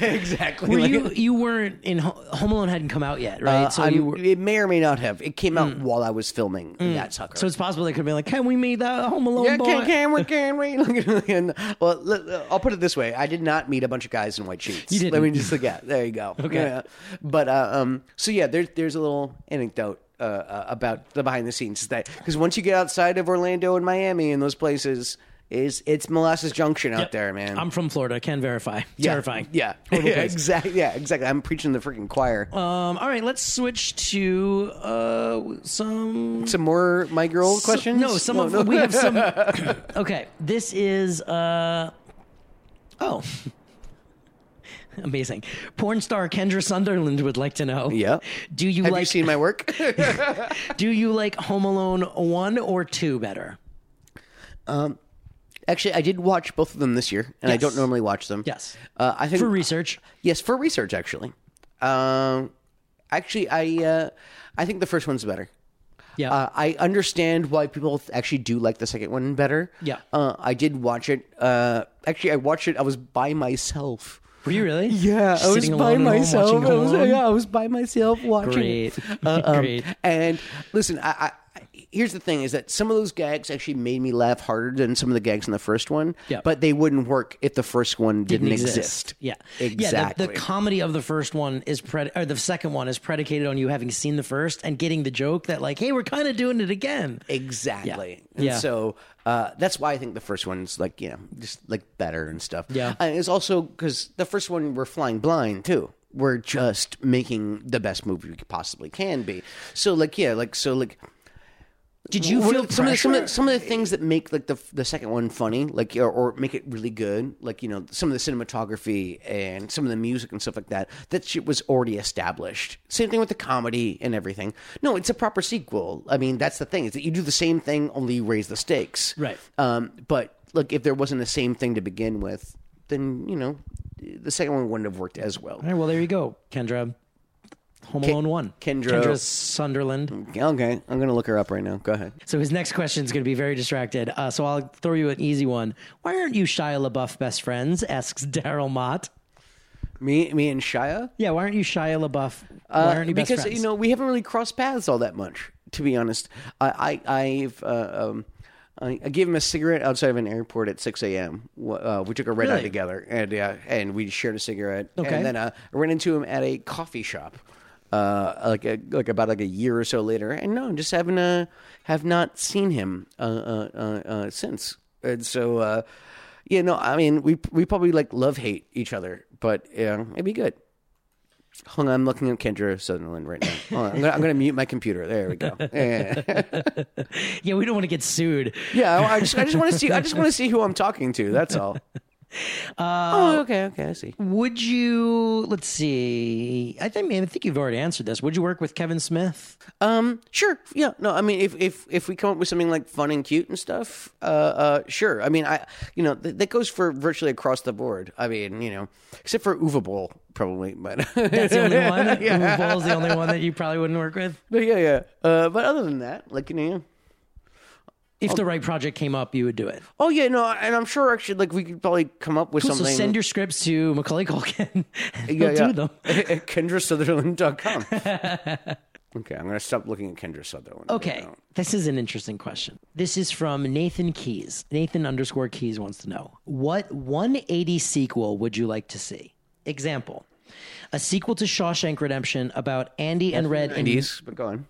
B: yeah, exactly.
C: Were
B: Like,
C: you you weren't in Ho- Home Alone hadn't come out yet, right?
B: uh,
C: so
B: I'm-
C: you were, Mm.
B: it may or may not have. It came out while I was filming that sucker.
C: so it's possible they could be like, can we meet the Home Alone
B: yeah,
C: boy?
B: can, can we? Can we? And, well, let- I'll put it this way: I did not meet a bunch of guys in white sheets.
C: You
B: Let me
C: didn't.
B: just look at. There you go. Okay. But uh, um, so yeah, there's there's a little anecdote uh, uh, about the behind the scenes that because once you get outside of Orlando and Miami and those places, is it's molasses junction out there, man.
C: I'm from Florida. I can verify. Terrifying.
B: Yeah.
C: Horrible
B: yeah
C: place.
B: exactly. Yeah. Exactly. I'm preaching to the freaking choir.
C: Um, all right, let's switch to uh, some
B: some more my girl questions. Oh,
C: No, some of we have some. okay, this is uh oh, amazing. Porn star Kendra Sunderland would like to know.
B: Yeah.
C: Do you
B: Have
C: like
B: you seen my work?
C: Do you like Home Alone one or two better?
B: Actually, I did watch both of them this year, and I
C: Yes.
B: don't normally watch them.
C: Yes.
B: Uh, I think
C: For research.
B: Yes, for research. Actually, um, actually, I uh, I think the first one's better.
C: Yeah.
B: Uh, I understand why people th- actually do like the second one better.
C: Yeah.
B: Uh, I did watch it. Uh, actually, I watched it. I was by myself.
C: Were you really?
B: Yeah,
C: Just
B: I was
C: sitting
B: by
C: alone at home
B: myself.
C: watching
B: I
C: Home
B: was,
C: Alone?
B: yeah, I was by myself watching. it.
C: Great.
B: Uh, um,
C: Great.
B: And listen, I, I, I- here's the thing: is that some of those gags actually made me laugh harder than some of the gags in the first one.
C: Yeah.
B: But they wouldn't work if the first one didn't, exist.
C: Yeah, Yeah,
B: Exactly.
C: the, the comedy of the first one is pred- or the second one is predicated on you having seen the first and getting the joke that like, hey, we're kind of doing it again.
B: Exactly.
C: Yeah.
B: And
C: Yeah.
B: so uh, that's why I think the first one's like, you know, just like better and stuff. Uh,
C: Yeah.
B: And it's also because the first one, we're flying blind too. We're just making the best movie we possibly can be. So, like, yeah, like, so, like,
C: Did you
B: What
C: feel
B: are some of, the, some, of
C: pressure?
B: the, some of the things that make like the the second one funny, like or, or make it really good, like you know some of the cinematography and some of the music and stuff like that. That shit was already established. Same thing with the comedy and everything. No, it's a proper sequel. I mean, that's the thing is that you do the same thing, only you raise the stakes.
C: Right.
B: Um, but look, if there wasn't the same thing to begin with, then you know the second one wouldn't have worked as well.
C: All right, well, there you go, Kendra. Home Alone 1.
B: Kendra- Mm.
C: Kendra Sunderland.
B: Okay, I'm gonna look her up right now. Go ahead.
C: So his next question is going to be very distracted. Uh, so I'll throw you an easy one. Why aren't you Shia LaBeouf best friends? Asks Daryl Mott.
B: Me, me and Shia.
C: Yeah, why aren't you Shia LaBeouf? Why aren't you best
B: Uh, because
C: friends?
B: you know we haven't really crossed paths all that much, to be honest. I, I I've uh, um, I, I gave him a cigarette outside of an airport at six a.m. Wh- Uh, we took a red eye
C: Really?
B: together, and uh, and we shared a cigarette.
C: Okay.
B: and then uh, I ran into him at a coffee shop. Uh, like a, like about like a year or so later, and no, just haven't uh, have not seen him uh, uh, uh, uh, since, and so uh, yeah, no, I mean we we probably like love hate each other, but yeah, it'd be good. Hold on, I'm looking at Kendra Sutherland right now. Hold on, I'm, gonna, I'm gonna mute my computer. There we go. Yeah,
C: yeah, we don't want to get sued.
B: yeah I, I just I just want to see I just want to see who I'm talking to. That's all.
C: Uh,
B: oh, okay, okay, I see.
C: Would you? Let's see. I think I think you've already answered this. Would you work with Kevin Smith?
B: Um, sure. Yeah. No, I mean, if if if we come up with something like fun and cute and stuff, uh, uh, sure. I mean, I you know th- that goes for virtually across the board. I mean, you know, except for Uva Bowl probably, but
C: That's the only one. yeah. Bull's the only one that you probably wouldn't work with.
B: But yeah, yeah. Uh, but other than that, like you know.
C: If the right project came up, you would do it.
B: Oh yeah, no, and I'm sure actually, like we could probably come up with
C: Cool, so
B: something.
C: send your scripts to Macaulay Culkin. and
B: yeah,
C: he'll
B: yeah.
C: do them.
B: at kendrasutherland.com. okay, I'm gonna stop looking at Kendra Sutherland.
C: Okay, this is an interesting question. This is from Nathan Keys. Nathan underscore Keys wants to know what 180 sequel would you like to see? Example: a sequel to Shawshank Redemption about Andy and Red in
B: Nineties, but go on.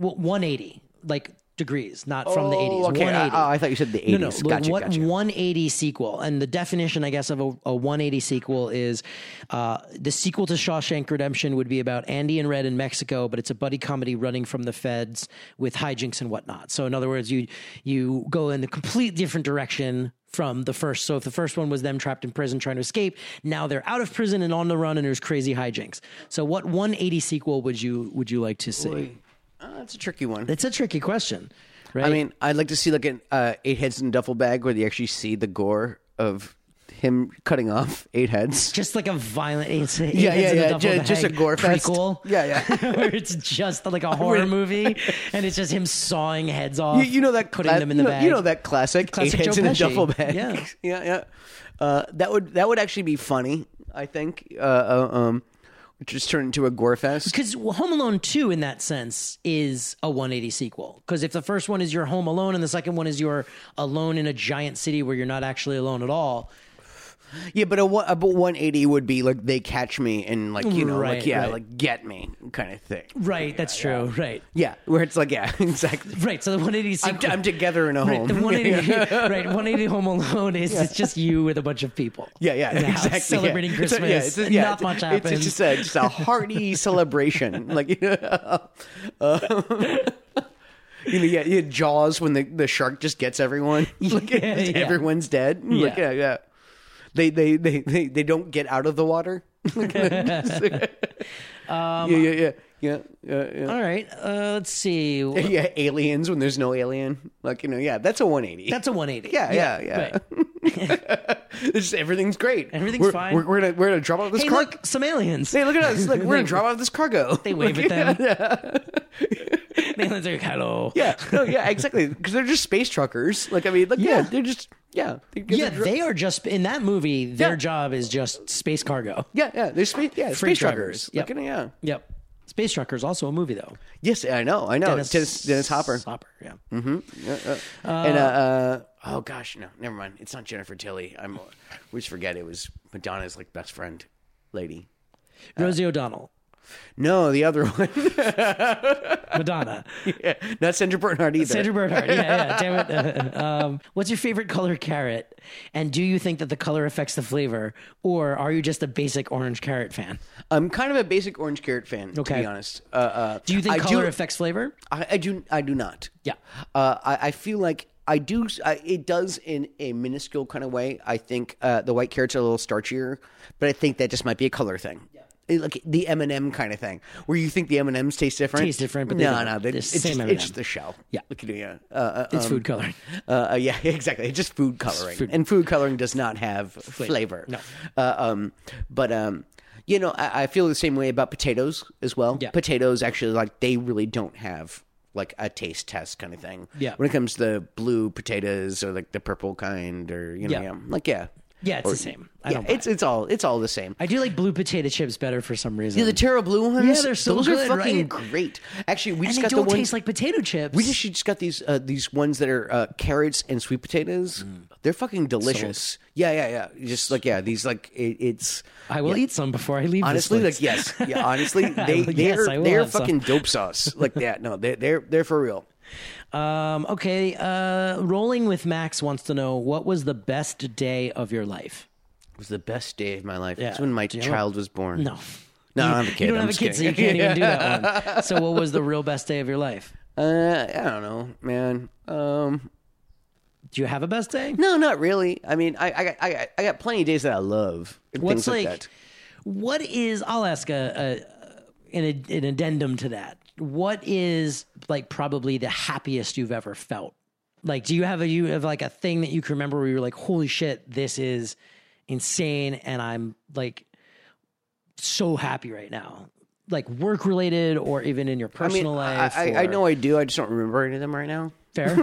C: Well, 180, like degrees, not from the
B: Oh,
C: 80s.
B: okay.
C: 180.
B: I- I thought you said the
C: No, no.
B: 80s.
C: like,
B: Gotcha,
C: what
B: gotcha.
C: 180 sequel? And the definition, I guess, of a, a 180 sequel is uh, the sequel to Shawshank Redemption would be about Andy and Red in Mexico, but it's a buddy comedy running from the feds with hijinks and whatnot. So, in other words, you you go in a complete different direction from the first. So if the first one was them trapped in prison trying to escape, now they're out of prison and on the run and there's crazy hijinks. So what 180 sequel would you would you like to see?
B: Uh, that's a tricky one.
C: It's a tricky question, right?
B: I mean, I'd like to see like an uh, eight heads in a duffel bag where you actually see the gore of him cutting off eight heads.
C: just like a violent. It's a,
B: Yeah,
C: it's
B: yeah,
C: a
B: yeah,
C: Duffel
B: ju- just
C: Bag
B: a gore fest.
C: prequel.
B: Yeah, yeah.
C: where it's just like a horror movie, and it's just him sawing heads off.
B: You, you know that
C: putting
B: cla-
C: them in
B: you
C: the
B: know,
C: bag.
B: You know that classic,
C: Classic
B: eight heads
C: Joe
B: in a
C: Pesci.
B: duffel bag.
C: Yeah.
B: yeah, yeah. Uh, that would that would actually be funny. I think. Uh, uh, um, just turn into a gore fest.
C: Because Home Alone 2, in that sense, is a 180 sequel. Because if the first one is your Home Alone and the second one is your Alone in a giant city where you're not actually alone at all,
B: Yeah, but a, one- a but 180 would be like they catch me and like you know
C: Right,
B: like yeah
C: right.
B: like get me kind of thing.
C: right? that's true, right?
B: Yeah, where it's like yeah exactly.
C: Right. So the 180
B: I'm,
C: sequel.
B: I'm together in a
C: Right,
B: home.
C: the 180, right, 180 Home Alone is it's just you with a bunch of people.
B: Yeah, yeah,
C: in the house,
B: exactly. yeah.
C: Celebrating
B: It's a-
C: Christmas.
B: yeah, it's a-
C: and
B: yeah,
C: not
B: it's-
C: much
B: it's-
C: happens.
B: It's just a, just a hearty celebration. Like, you know, uh, you know, yeah, yeah, Jaws when the, the shark just gets everyone. Like,
C: Yeah,
B: just
C: yeah.
B: everyone's dead. Like, yeah,
C: Yeah.
B: yeah. They, they, they, they, they don't get out of the water. um, yeah, yeah, yeah, yeah, yeah, yeah.
C: All right. Uh, let's see.
B: Yeah, aliens when there's no alien. Like, you know, yeah, that's a 180.
C: That's a 180.
B: Yeah, yeah, yeah.
C: right.
B: It's just, everything's great.
C: Everything's
B: We're-
C: fine.
B: We're, we're gonna we're gonna drop out this
C: Hey,
B: car-
C: look, some aliens.
B: Hey, look at us! Like we're gonna drop out of this cargo.
C: They wave at them. The aliens are like, hello.
B: yeah, no, yeah, exactly. Because they're just space truckers. Like I mean, like yeah,
C: Yeah.
B: they're just yeah, they're gonna
C: Yeah,
B: dro-
C: they are just in that movie. Their
B: Yeah.
C: job is just space cargo.
B: yeah, yeah, they're space yeah
C: Freight
B: space truckers.
C: drivers.
B: Like,
C: Yep.
B: you know, yeah,
C: Yep. Space Trucker is also a movie though.
B: yes, I know, I know. Dennis Oh, Dennis, Hopper Mm-hmm.
C: Hopper. Yeah.
B: and uh, uh oh gosh, no, never mind. It's not Jennifer Tilly. I'm we just forget it was Madonna's like best friend lady.
C: Rosie O'Donnell,
B: No, the other one,
C: Madonna,
B: not Sandra Bernhard either.
C: Sandra Bernhard. Yeah, yeah. Damn it. um, what's your favorite color carrot? And do you think that the color affects the flavor, or are you just a basic orange carrot fan?
B: I'm kind of a basic orange carrot fan, to
C: Okay.
B: be honest. Uh, uh,
C: Do you think
B: I
C: color affects flavor?
B: I, I do. I do not.
C: Yeah.
B: Uh, I, I feel like I do. I, it does in a minuscule kind of way. I think uh, the white carrots are a little starchier, but I think that just might be a color thing. It- like the M and m kind of thing, where you think the M and M's taste different.
C: Taste different, but they
B: no,
C: don't.
B: no, they,
C: They're
B: it's,
C: same
B: just,
C: M&M.
B: it's just the shell.
C: Yeah.
B: Look at yeah. Uh, uh,
C: It's
B: um,
C: food coloring.
B: uh, uh, yeah, exactly. It's just food coloring, and food coloring does not have flavor.
C: No.
B: Uh, um, but um, you know, I, I feel the same way about potatoes as well.
C: Yeah.
B: Potatoes actually, like they really don't have like a taste test kind of thing.
C: Yeah.
B: When it comes to the blue potatoes or like the purple kind, or you know,
C: Yeah.
B: yeah. like yeah,
C: Yeah, it's the same. I
B: yeah,
C: don't. buy
B: it's it's all it's all the same.
C: I do like blue potato chips better for some reason.
B: yeah, the Terra Blue ones.
C: they're so
B: those
C: good,
B: are fucking
C: right?
B: great. Actually, we
C: and
B: just
C: they
B: got
C: don't
B: the ones.
C: taste like potato chips.
B: We just, just got these uh, these ones that are uh, carrots and sweet potatoes. They're fucking delicious. Yeah, yeah, yeah. You Just like yeah, these like it, it's
C: I will eat some before I leave. this
B: honestly
C: place.
B: like yes, yeah. Honestly, they they're
C: will- yes, I will
B: they're
C: have some.
B: fucking dope sauce. Like that. No, they're they're they're for real.
C: Um, okay, uh, rolling with Max wants to know what was the best day of your life.
B: It was the best day of my life. It's
C: Yeah.
B: when my
C: Do you have
B: child was born.
C: No,
B: no, I'm a kid.
C: you don't
B: I'm
C: have a
B: just
C: kid, so you
B: kidding.
C: can't even do that one. So, what was the real best day of your life?
B: Uh, I don't know, man. Um,
C: Do you have a best day?
B: No, not really. I mean, I I got- I, got- I got plenty of days that I love. and
C: What's
B: things like,
C: like,
B: that.
C: what is? I'll ask a, a an, an addendum to that. What is like probably the happiest you've ever felt? Like, do you have a you have like a thing that you can remember where you were like, holy shit, this is insane, and I'm like so happy right now, like work related or even in your
B: I mean,
C: personal life.
B: I, I, I
C: or-
B: know I do. I just don't remember any of them right now.
C: fair.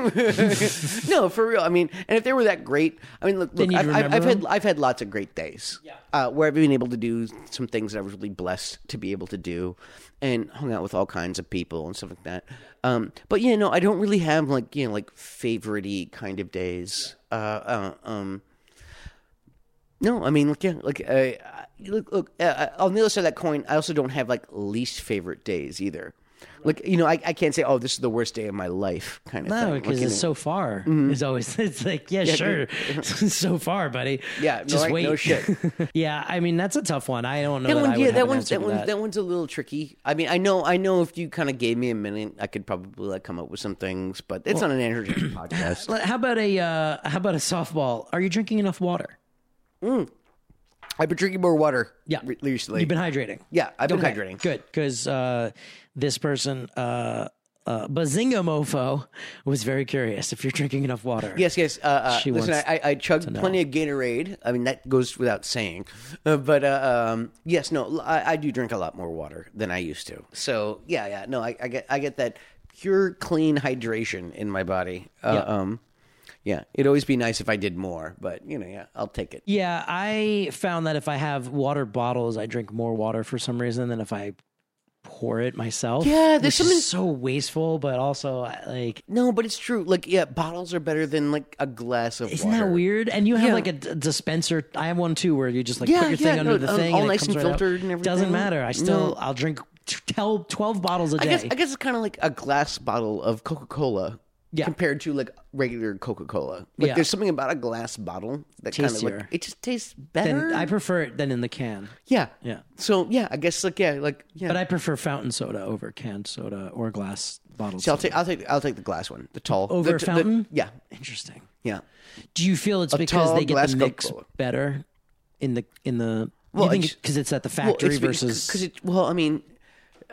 B: no, for real. I mean, and if they were that great, I mean, look, look
C: you'd
B: I've, I've,
C: remember
B: I've had
C: them?
B: I've had lots of great days uh, where I've been able to do some things that I was really blessed to be able to do, and hung out with all kinds of people and stuff like that. Um, but yeah, no, I don't really have like you know like favoritey kind of days. Uh, uh, um, no, I mean, look, yeah, like, uh, I- look, look. Uh, uh, on the other side of that coin, I also don't have like least favorite days either. Like, you know, I, I can't say, oh, this is the worst day of my life, kind of thing.
C: No,
B: Like, Mm-hmm.
C: because
B: you
C: it's
B: know.
C: so far. It's always it's like yeah, sure, so far, buddy.
B: Yeah, no,
C: just
B: right,
C: wait.
B: no shit.
C: yeah, I mean that's a tough one. I don't know.
B: that
C: That,
B: one,
C: I would
B: yeah,
C: have
B: that
C: an
B: one's
C: answer
B: that
C: to
B: one's that one's a little tricky. I mean, I know, I know. If you kind of gave me a minute, I could probably like come up with some things, but it's not an energy podcast.
C: Let- How about a uh, how about a softball? Are you drinking enough water?
B: I've been drinking more water.
C: Yeah.
B: re- recently.
C: You've been hydrating.
B: yeah, I've been
C: Okay,
B: hydrating.
C: Good, because uh, this person, uh, uh, Bazinga Mofo, was very curious if you're drinking enough water.
B: Yes, yes. Uh, uh,
C: She
B: listen, I,
C: wants
B: I, I chugged plenty of Gatorade. I mean, that goes without saying. Uh, but uh, um, yes, no, l- I, I do drink a lot more water than I used to. So yeah, yeah, no, I, I get I get that pure, clean hydration in my body. Uh,
C: Yeah.
B: Um, yeah, it'd always be nice if I did more, but you know, yeah, I'll take it.
C: Yeah, I found that if I have water bottles, I drink more water for some reason than if I pour it myself.
B: Yeah,
C: which
B: there's something-
C: is so wasteful, but also I- like.
B: No, but it's true. Like, yeah, bottles are better than like a glass of
C: Isn't
B: water.
C: that weird? And you have
B: Yeah.
C: like a d- dispenser. I have one too, where you just like
B: Yeah,
C: put your
B: yeah,
C: thing
B: no,
C: under the
B: um,
C: thing,
B: all
C: and it
B: nice
C: comes
B: and
C: right out.
B: filtered and
C: Doesn't
B: everything.
C: matter. I still,
B: No.
C: I'll drink t- 12, 12 bottles a
B: I
C: day.
B: guess I guess it's kind of like a glass bottle of Coca Cola
C: Yeah.
B: compared to like regular Coca Cola. Like,
C: Yeah.
B: there's something about a glass bottle that kind of like
C: Tastier.
B: it just tastes
C: Then
B: better.
C: I prefer it than in the can.
B: yeah,
C: Yeah.
B: So yeah, I guess like yeah, like yeah.
C: But I prefer fountain soda over canned soda or glass bottled
B: See, I'll
C: soda.
B: take I'll take I'll take the glass one, the tall
C: Over
B: the,
C: a
B: the-
C: fountain?
B: yeah,
C: Interesting.
B: yeah.
C: Do you feel it's because
B: tall
C: they get
B: glass
C: the mix
B: Coca-Cola.
C: better in the in the?
B: Well,
C: you think
B: it's-
C: because it's at the factory versus
B: because it. Well, I mean,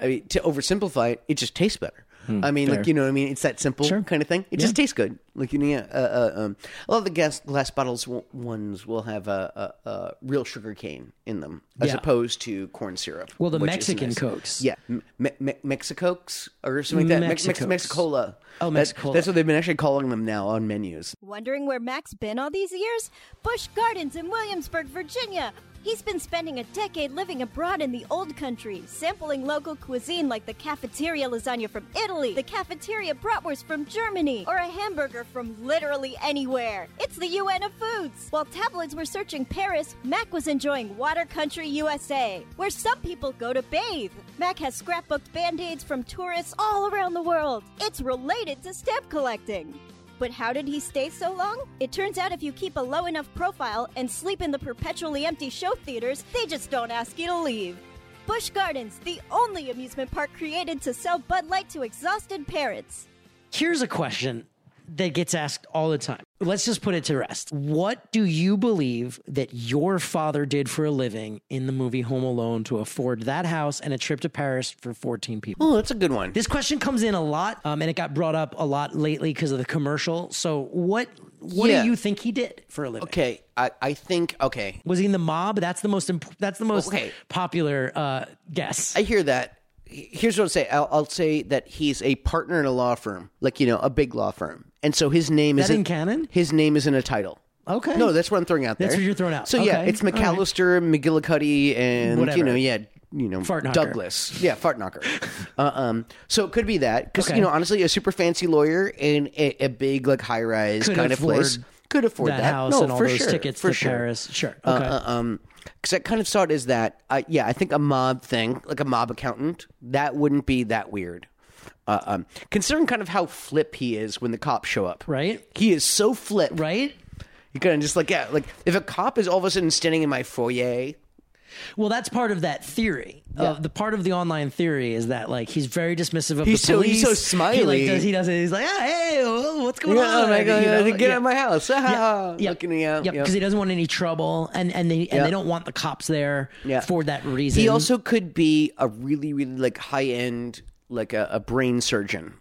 B: I mean, to oversimplify it, it just tastes better.
C: Hmm,
B: I mean, like you know, what I mean, it's that simple kind of thing. It just tastes good. Like you know, yeah, uh, uh, um, a lot of the gas, glass bottles w- ones will have a, uh uh real sugar cane in them, as
C: Yeah.
B: opposed to corn syrup.
C: well the
B: which is
C: Mexican
B: nice.
C: cokes.
B: Yeah, M- Me- Me- Mexicokes or something like that. Mex- Mex-
C: Mexicokes.
B: Mexicola.
C: Oh,
B: That's-
C: Mexicola.
B: that's what they've been actually calling them now on menus.
G: Wondering where Mac's been all these years? Busch Gardens in Williamsburg, Virginia. He's been spending a decade living abroad in the old country, sampling local cuisine like the cafeteria lasagna from Italy, the cafeteria bratwurst from Germany, or a hamburger from literally anywhere. It's the UN of foods. While tabloids were searching Paris, Mac was enjoying Water Country USA, where some people go to bathe. Mac has scrapbooked band-aids from tourists all around the world. It's related to stamp collecting. But how did he stay so long? It turns out if you keep a low enough profile and sleep in the perpetually empty show theaters, they just don't ask you to leave. Busch Gardens, the only amusement park created to sell Bud Light to exhausted parents.
C: Here's a question that gets asked all the time. Let's just put it to rest. What do you believe that your father did for a living in the movie Home Alone to afford that house and a trip to Paris for 14 people?
B: Oh, that's a good one.
C: This question comes in a lot, um, and it got brought up a lot lately because of the commercial. So, what what
B: Yeah.
C: do you think he did for a living?
B: okay, I, I think okay.
C: Was he in the mob? That's the most imp- that's the most
B: Okay.
C: popular uh, guess.
B: I hear that. H- Here's what I'll say. I'll, I'll say that he's a partner in a law firm, like you know, a big law firm, and so his name
C: That
B: isn't
C: in canon?
B: His name isn't a title.
C: Okay.
B: No, that's what I'm throwing out there.
C: That's what you're throwing out.
B: So yeah,
C: Okay.
B: it's
C: All right.
B: McAllister, McGillicuddy, and you
C: Whatever.
B: know, yeah, you know,
C: Fart knocker.
B: Douglas. Yeah, fart knocker. uh, um, so it could be that because
C: Okay.
B: you know, honestly, a super fancy lawyer in a, a big like high rise
C: Could
B: kind of place
C: afford
B: could afford that,
C: that, house
B: no,
C: and all
B: for
C: those
B: sure,
C: tickets
B: for
C: to
B: sure Uh,
C: Paris. Sure. Okay.
B: because I kind of saw it as um, that. Uh, yeah, I think a mob thing, like a mob accountant, that wouldn't be that weird. Uh, um, considering kind of how flip he is when the cops show up,
C: Right.
B: He is so flip,
C: right?
B: You kind of just like yeah, like if a cop is all of a sudden standing in my foyer,
C: Well, that's part of that theory. Uh, the part of the online theory is that like he's very dismissive of
B: He's
C: the
B: so-
C: police.
B: he's so
C: He
B: smiley.
C: like does he does it. He's like, ah, hey, oh, what's going on?
B: oh my god!
C: You know?
B: Get out
C: Yeah.
B: of my house!
C: Yeah,
B: Yeah,
C: yeah.
B: Looking me out.
C: Yep,
B: yeah.
C: because he doesn't want any trouble, and and they and
B: Yeah.
C: they don't want the cops there
B: Yeah.
C: for that reason.
B: He also could be a really, really like high end, like a, a brain surgeon.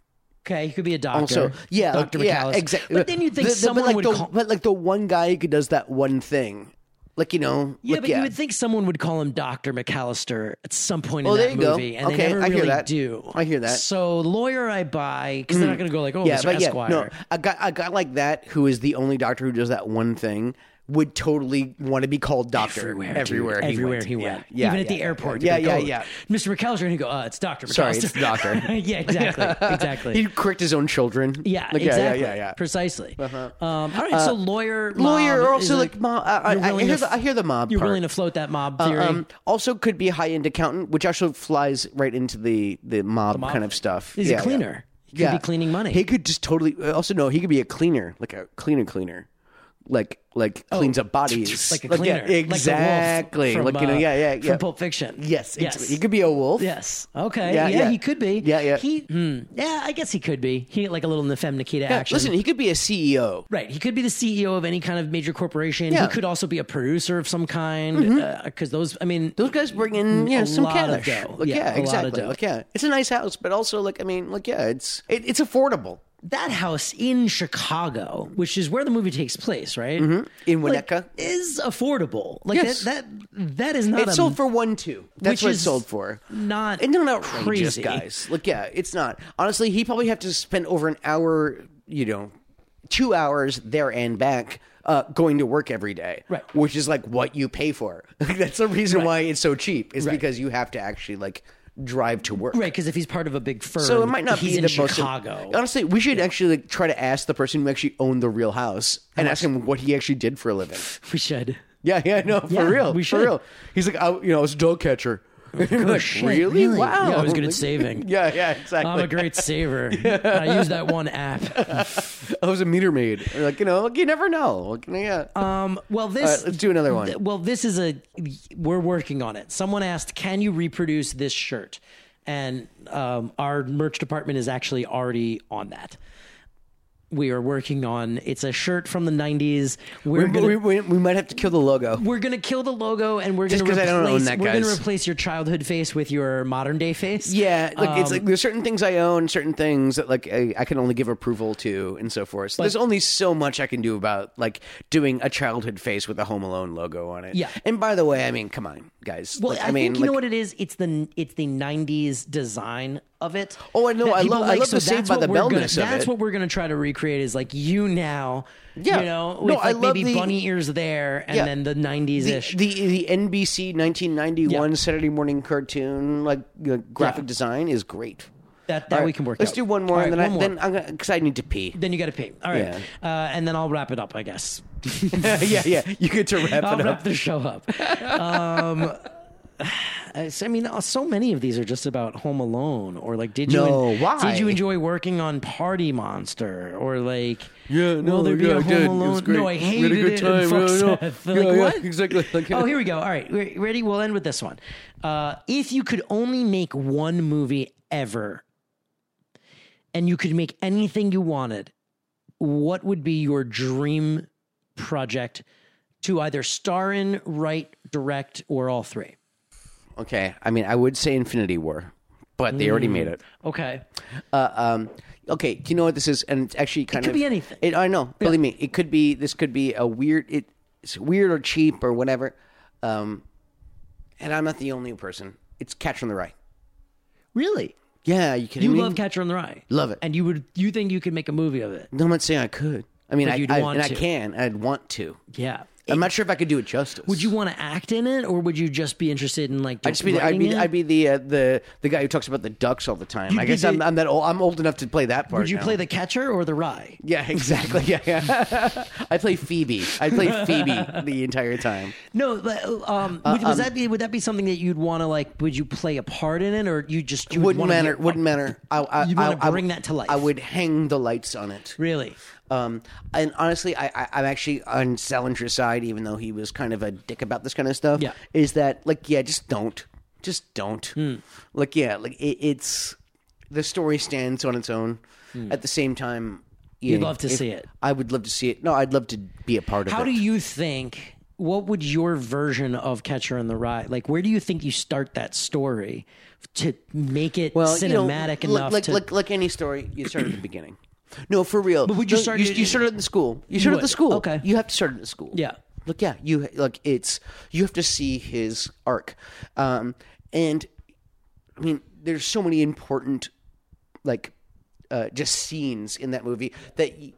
C: okay, he could be a doctor.
B: Also, yeah,
C: Doctor
B: yeah,
C: McAllis.
B: exactly.
C: But then you'd think
B: The- the-
C: someone
B: but like
C: would
B: the,
C: call.
B: but like the one guy who does that one thing, like you know,
C: yeah,
B: like,
C: but you would think someone would call him Doctor McAllister at some point
B: Oh,
C: in
B: there
C: that
B: you go.
C: movie, and
B: Okay,
C: they never
B: I hear
C: really
B: that.
C: do.
B: I hear that. Mm.
C: So lawyer, I buy because they're not going to go like, oh,
B: yeah,
C: Mr.
B: but yeah,
C: Esquire.
B: no, a guy, a guy like that who is the only doctor who does that one thing would totally want to be called doctor
C: everywhere,
B: everywhere,
C: dude.
B: he
C: everywhere
B: went.
C: he
B: Yeah,
C: went.
B: yeah,
C: Even at
B: yeah,
C: the airport.
B: Yeah,
C: they'd go,
B: yeah, yeah.
C: Mr. McAllister, and he'd go, uh, it's Doctor McAllister.
B: Sorry, it's doctor.
C: yeah, exactly, exactly.
B: He correct his own children.
C: yeah,
B: Like,
C: exactly.
B: yeah, yeah, yeah.
C: Precisely. Um, all right, so lawyer,
B: lawyer,
C: mob
B: also
C: is
B: like mob- I-
C: you're
B: I- I
C: willing
B: hear
C: to f-
B: the- I hear the mob
C: You're
B: part.
C: willing to float that mob
B: Uh,
C: theory.
B: um, also could be a high end accountant, which actually flies right into the the mob,
C: mob.
B: kind of stuff.
C: He's a cleaner. He could be cleaning money.
B: He could just totally. uh, Also, no, he could be a cleaner, like a cleaner cleaner, like like cleans up bodies,
C: Oh, like a
B: yeah,
C: cleaner, Like the wolf
B: exactly.
C: from,
B: Like, you know,
C: uh,
B: yeah, yeah, yeah.
C: from Pulp Fiction.
B: Yes,
C: yes,
B: yes. He could be a wolf.
C: Yes. Okay. Yeah,
B: Yeah, yeah.
C: He could be.
B: Yeah, yeah.
C: He. hmm, yeah. I guess he could be. He like a little in the Femme Nikita
B: Yeah,
C: action.
B: listen, he could be a E CEO.
C: Right. He could be the CEO of any kind of major corporation.
B: Yeah. Mm-hmm.
C: He could also be a producer of some kind. Because those, I mean,
B: Those guys bring in you know,
C: Mm, a
B: some
C: lot of
B: cash.
C: dough.
B: Like,
C: Yeah,
B: yeah,
C: a lot of
B: exactly.
C: dough.
B: Like, yeah, it's a nice house, but also like I mean, like yeah, it's it, it's affordable
C: that house in Chicago, which is where the movie takes place, right?
B: Mm-hmm. in
C: Like,
B: Winnetka.
C: is affordable. Like
B: Yes.
C: that, that. That is not.
B: It's
C: a,
B: sold for one two. That's
C: which
B: what it's
C: is
B: sold for.
C: not
B: and they're not outrageous
C: crazy.
B: guys. Look, yeah, it's not. Honestly, he probably have to spend over an hour, you know, two hours there and back. Uh, going to work every day,
C: Right.
B: Which is like what you pay for. That's the reason why it's so cheap. Is because you have to actually like drive to work,
C: right because if he's part of a big firm,
B: So it might not
C: he's
B: be
C: in
B: the most-
C: Chicago.
B: honestly, we should actually like try to ask the person who actually owned the real house and ask him what he actually did for a living.
C: we should.
B: Yeah, yeah, no, for
C: Yeah,
B: real,
C: we
B: for
C: should.
B: real. He's like, I, you know, I was a dog catcher. like,
C: shit,
B: really?
C: really?
B: Wow.
C: Yeah, I was good at
B: Like,
C: saving.
B: yeah, yeah, exactly.
C: I'm a great saver. I use that one app.
B: I was a meter maid. Or, Like you know, like, you never know. Like, yeah.
C: Um, well, this.
B: All right, let's do another one.
C: Th- well, this is a we're working on it. Someone asked, "Can you reproduce this shirt?" And um, our merch department is actually already on that. We are working on. It's a shirt from the '90s. We're
B: we,
C: gonna
B: we, we, we might have to kill the logo.
C: we're gonna kill the logo, and we're
B: Just
C: gonna
B: 'cause I
C: replace,
B: don't own that,
C: we're gonna
B: guys.
C: replace your childhood face with your modern day face.
B: Yeah, like it's
C: Um,
B: like there's certain things I own, certain things that like I, I can only give approval to, and so forth. So there's only so much I can do about like doing a childhood face with a Home Alone logo on it.
C: Yeah.
B: and by the way, I mean, come on, guys.
C: Well,
B: Like,
C: I,
B: mean,
C: think you
B: like,
C: know what it is. It's the it's the '90s design of it.
B: Oh, I know.
C: that
B: I
C: people
B: love- I love the Saved
C: that's
B: by
C: what
B: the
C: we're gonna-
B: Bell-ness of
C: That's
B: it.
C: what we're gonna try to recreate. Is like you now.
B: Yeah.
C: You know,
B: No,
C: with
B: I
C: like
B: love
C: maybe
B: the-
C: bunny ears there, and
B: Yeah.
C: then the '90s ish.
B: the, the the NBC 1991 Saturday morning cartoon like uh, graphic
C: Yeah.
B: design is great.
C: That that
B: All right,
C: we can work.
B: Let's
C: out.
B: do one more,
C: All
B: and
C: right,
B: then I,
C: one more.
B: then I'm gonna because I need to pee.
C: Then you got to pee. All right, uh, and then I'll wrap it up. I guess.
B: yeah, yeah, you get to wrap
C: I'll
B: it up.
C: wrap the show up. Um, I mean, so many of these are just about Home Alone, or like, did you
B: No, why?
C: did you enjoy working on Party Monster, or like,
A: Yeah, no,
C: will there be
A: yeah,
C: a
A: I
C: Home
A: did. It was
C: Alone?
A: great.
C: No, I
A: We had a
C: hated
A: good
C: it.
A: time.
C: And fuck
A: Yeah, yeah.
C: Seth.
A: Yeah,
C: Like,
A: yeah,
C: what?
A: exactly. Like,
C: oh, here we go. All right, re- ready? We'll end with this one. Uh, if you could only make one movie ever, and you could make anything you wanted, what would be your dream project to either star in, write, direct, or all three?
B: Okay, I mean, I would say Infinity War, but they already
C: Mm.
B: made it.
C: Okay.
B: Uh, um, okay, do you know what this is? And it's actually kind
C: could
B: of
C: be anything.
B: It, I know. Believe me, it could be. This could be a weird. It, it's weird or cheap or whatever. Um, and I'm not the only person. It's Catcher in the Rye.
C: Really?
B: Yeah, you kidding
C: You
B: me?
C: love Catcher in the Rye.
B: Love it.
C: And you would you think you could make a movie of it?
B: No, I'm not saying I could. I mean,
C: But
B: I,
C: you'd
B: I-
C: want
B: and
C: to.
B: I can. I'd want to.
C: Yeah.
B: I'm not sure if I could do it justice.
C: Would you want to act in it or would you just be interested in like
B: I'd just be, I'd
C: writing
B: be,
C: it?
B: I'd be the uh, the the guy who talks about the ducks all the time. I
C: be
B: guess
C: the-
B: I'm, I'm that old. I'm old enough to play that part.
C: would you
B: now.
C: play the catcher or the rye?
B: Yeah, exactly. Yeah, yeah. I play Phoebe. I play Phoebe the entire time.
C: No, but um,
B: Uh,
C: would, was that be, would that be something that you'd want to like? Would you play a part in it, or you just you would
B: Wouldn't
C: wanna be-
B: matter. Wouldn't matter. I, I,
C: You'd
B: I,
C: wanna
B: I-
C: bring that to life.
B: I would hang the lights on it.
C: really?
B: Um, and honestly, I, I, I'm actually on Salinger's side, even though he was kind of a dick about this kind of stuff.
C: Yeah.
B: Is that, like, yeah, just don't. Just don't.
C: Hmm.
B: Like, yeah, like, it, it's. The story stands on its own. At the same time, you
C: Hmm. You'd
B: know,
C: love to
B: if-
C: see it.
B: I would love to see it. No, I'd love to be a part of
C: How
B: it.
C: do you think? What would your version of Catcher in the Rye like? Where do you think you start that story to make it
B: you know,
C: cinematic
B: like-
C: enough?
B: Like,
C: to,
B: like, like, any story, you start at the beginning. No, for real. But
C: would you
B: No,
C: start
B: You,
C: it-
B: you start at the school. You start at
C: would.
B: the school.
C: Okay.
B: You have to start at the school.
C: Yeah.
B: Look, yeah, you like it's you have to see his arc, um, and I mean, there's so many important like uh, just scenes in that movie that. You,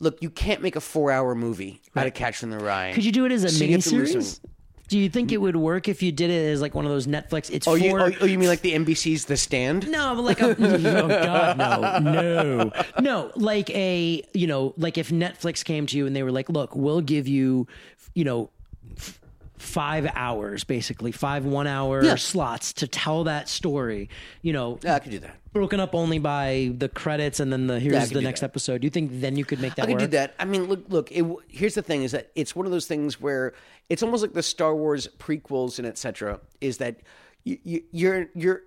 B: Look, you can't make a four-hour movie out of Catcher in the Rye.
C: could you do it as a
B: So you have to lose
C: miniseries?
B: some-
C: Do you think it would work if you did it as like one of those Netflix? It's
B: Oh,
C: for
B: you, oh, oh, you mean like the NBC's The Stand?
C: No, but like a, oh god, no, no, no. Like a you know, like if Netflix came to you and they were like, "Look, we'll give you, you know." f- Five hours, basically five one-hour slots to tell that story. You know,
B: Yeah, I could do that.
C: broken up only by the credits and then the here's
B: Yeah, I could
C: the
B: do
C: next
B: that.
C: episode. Do you think then you could make that
B: I could
C: work?
B: do that. I mean, look, look. It, w- here's the thing: is that it's one of those things where it's almost like the Star Wars prequels and etc. Is that you, you, you're you're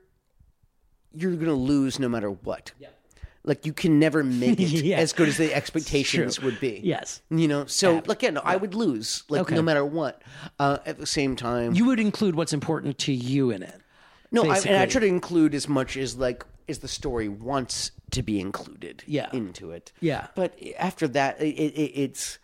B: you're gonna lose no matter what. Like you can never make it
C: Yeah.
B: as good as the expectations would be.
C: Yes.
B: you know. So like, yeah, no, I would lose like
C: Okay.
B: no matter what. Uh, at the same time,
C: You would include what's important to you in it.
B: no, I, and I
C: basically.
B: try to include as much as like as the story wants to be included.
C: Yeah.
B: into it.
C: Yeah.
B: but after that, it, it, it's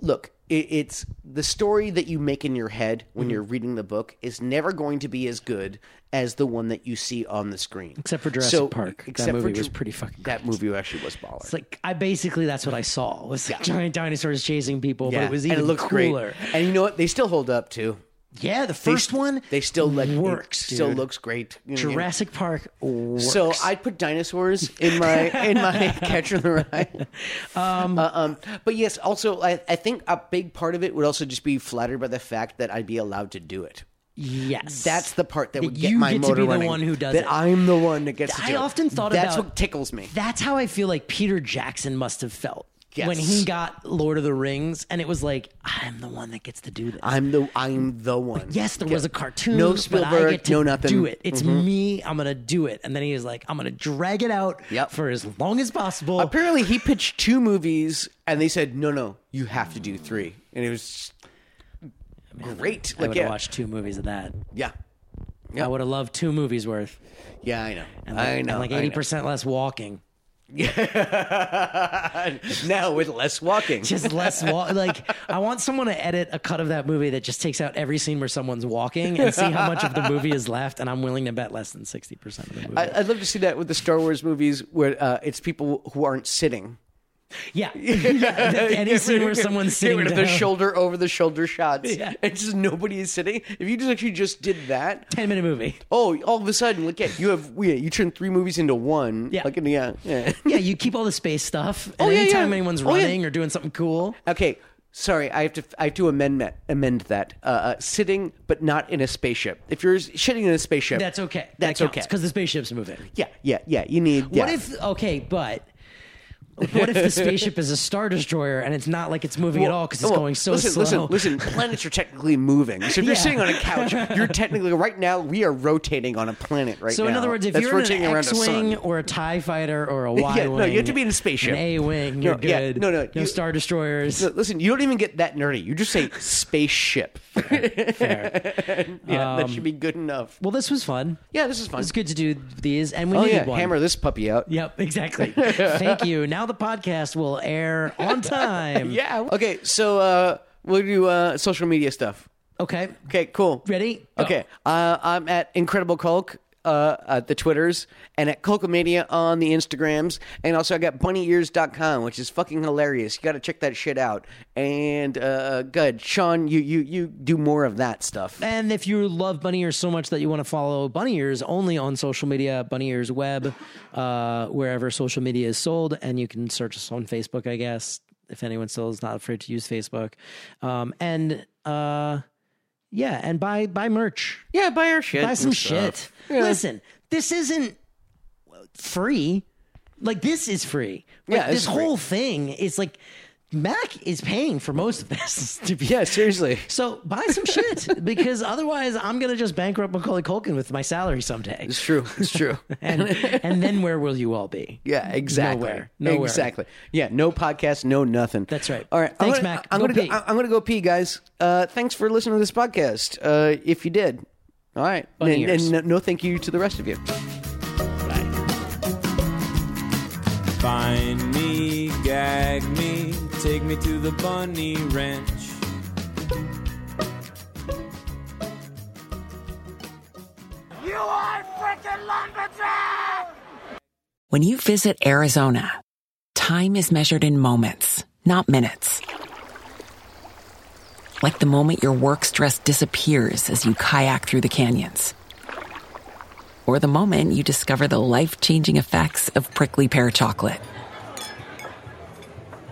B: look. It, it's the story that you make in your head when
C: Mm-hmm.
B: you're reading the book is never going to be as good as the one that you see on the screen.
C: Except for Jurassic Park. That movie was
B: Ju-
C: pretty fucking
B: That movie actually was baller.
C: It's like I basically that's what I saw was giant dinosaurs chasing people, but it was even
B: and it looks
C: cooler.
B: great. And you know what? They still hold up too.
C: Yeah, the
B: They
C: first
B: st-
C: one
B: they still like it
C: works.
B: Still
C: dude.
B: looks great. You know, you know.
C: Jurassic Park. Works.
B: So I put dinosaurs in my in my Catcher in the Rye. Um, but yes, also I, I think a big part of it would also just be flattered by the fact that I'd be allowed to do it.
C: yes,
B: That's the part that would get
C: you
B: my
C: get to
B: motor
C: be the
B: running,
C: one who does
B: that
C: it.
B: I'm the one that gets. To
C: I
B: do it.
C: often thought
B: that's
C: about-
B: what tickles me.
C: That's how I feel like Peter Jackson must have felt
B: Yes.
C: when he got Lord of the Rings, and it was like I'm the one that gets to do this.
B: I'm the I'm the one.
C: yes, there was a cartoon.
B: No
C: but I
B: Spielberg,
C: get to
B: no nothing. Mm-hmm.
C: Do it. It's me. I'm gonna do it. And then he was like, I'm gonna drag it out
B: Yep.
C: for as long as possible.
B: Apparently, he pitched two movies, and they said, "No, no, you have to do three. and it was great.
C: I
B: Like,
C: would have
B: yeah,
C: watched two movies of that.
B: yeah,
C: I would have loved two movies worth.
B: yeah. I know. I know.
C: And like
B: I know.
C: eighty percent less walking.
B: now with less walking.
C: Just less walk. like I want someone to edit a cut of that movie that just takes out every scene where someone's walking and see how much of the movie is left. And I'm willing to bet less than sixty percent of the movie.
B: I, I'd love to see that with the Star Wars movies where uh, it's people who aren't sitting.
C: yeah. Any scene where someone's
B: Get
C: sitting
B: rid of
C: down.
B: the shoulder over the shoulder shots.
C: Yeah.
B: And just nobody is sitting. If you just actually just did that,
C: Ten minute movie.
B: oh, all of a sudden, look at you have yeah, you turn three movies into one.
C: Yeah.
B: Like, yeah, yeah.
C: Yeah, you keep all the space stuff. And
B: Oh, yeah,
C: anytime
B: yeah.
C: anyone's
B: Oh, yeah.
C: running or doing something cool,
B: Okay. Sorry, I have to I have to amend that, amend that. Uh, uh, sitting, but not in a spaceship. If you're sitting in a spaceship,
C: that's okay.
B: That's okay.
C: Because the spaceship's moving.
B: yeah, yeah, yeah. You need.
C: What if okay, but what if the spaceship is a star destroyer and it's not like it's moving at all because it's
B: well,
C: going so
B: listen,
C: slow?
B: Listen, listen, planets are technically moving. So if
C: Yeah.
B: you're sitting on a couch, you're technically right now we are rotating on a planet right
C: So
B: now.
C: in other words, if
B: that's
C: you're in
B: rotating
C: an
B: around the
C: X-wing
B: sun.
C: or a Tie fighter or a Y-wing,
B: Yeah, no, you have to be in a spaceship.
C: An A-wing, you're
B: No, yeah,
C: good.
B: no, no,
C: no
B: you-
C: star destroyers.
B: So listen, you don't even get that nerdy. You just say spaceship.
C: Fair.
B: yeah, that should be good enough.
C: Well, this was fun.
B: Yeah, this is fun.
C: Um, It's good to do these, and we
B: Oh
C: needed
B: yeah,
C: one.
B: hammer this puppy out.
C: Yep, exactly. Thank you. Now the podcast will air on time.
B: Yeah. Okay, so uh, we'll do uh, social media stuff.
C: Okay.
B: Okay, cool.
C: Ready? Go.
B: Okay, uh, I'm at Incredible Culk uh, at the Twitters and at Culkamania on the Instagrams. And also, I got bunnyears.com, which is fucking hilarious. You got to check that shit out. And uh, good. Sean, you, you, you do more of that stuff.
C: And if you love Bunny Ears so much that you want to follow Bunny Ears only on social media, Bunny Ears Web, uh, wherever social media is sold, and you can search us on Facebook, I guess, if anyone still is not afraid to use Facebook. Um, and uh, yeah, and buy buy merch,
B: Yeah, buy our shit.
C: buy some
B: and
C: shit.
B: stuff.
C: Listen, this isn't free. Like this is free. Like,
B: Yeah, this
C: this
B: is
C: whole thing is like Mac is paying for most of this. To be
B: Yeah, seriously.
C: So buy some shit because otherwise I'm gonna just bankrupt Macaulay Culkin with my salary someday.
B: It's true. It's true.
C: And and then where will you all be?
B: Yeah, exactly.
C: Nowhere. Nowhere.
B: Exactly. Yeah, no podcast, no nothing.
C: That's right.
B: All right. I'm
C: Thanks,
B: gonna,
C: Mac.
B: I'm
C: Go
B: gonna
C: pee.
B: go. I- I'm gonna go pee, guys. Uh, thanks for listening to this podcast. Uh, if you did, all right.
C: Bunny
B: and
C: ears.
B: and no, no thank you to the rest of you.
A: Find me, gag me, take me to the bunny ranch.
H: When you visit Arizona, time is measured in moments, not minutes. Like the moment your work stress disappears as you kayak through the canyons, or the moment you discover the life changing effects of prickly pear chocolate.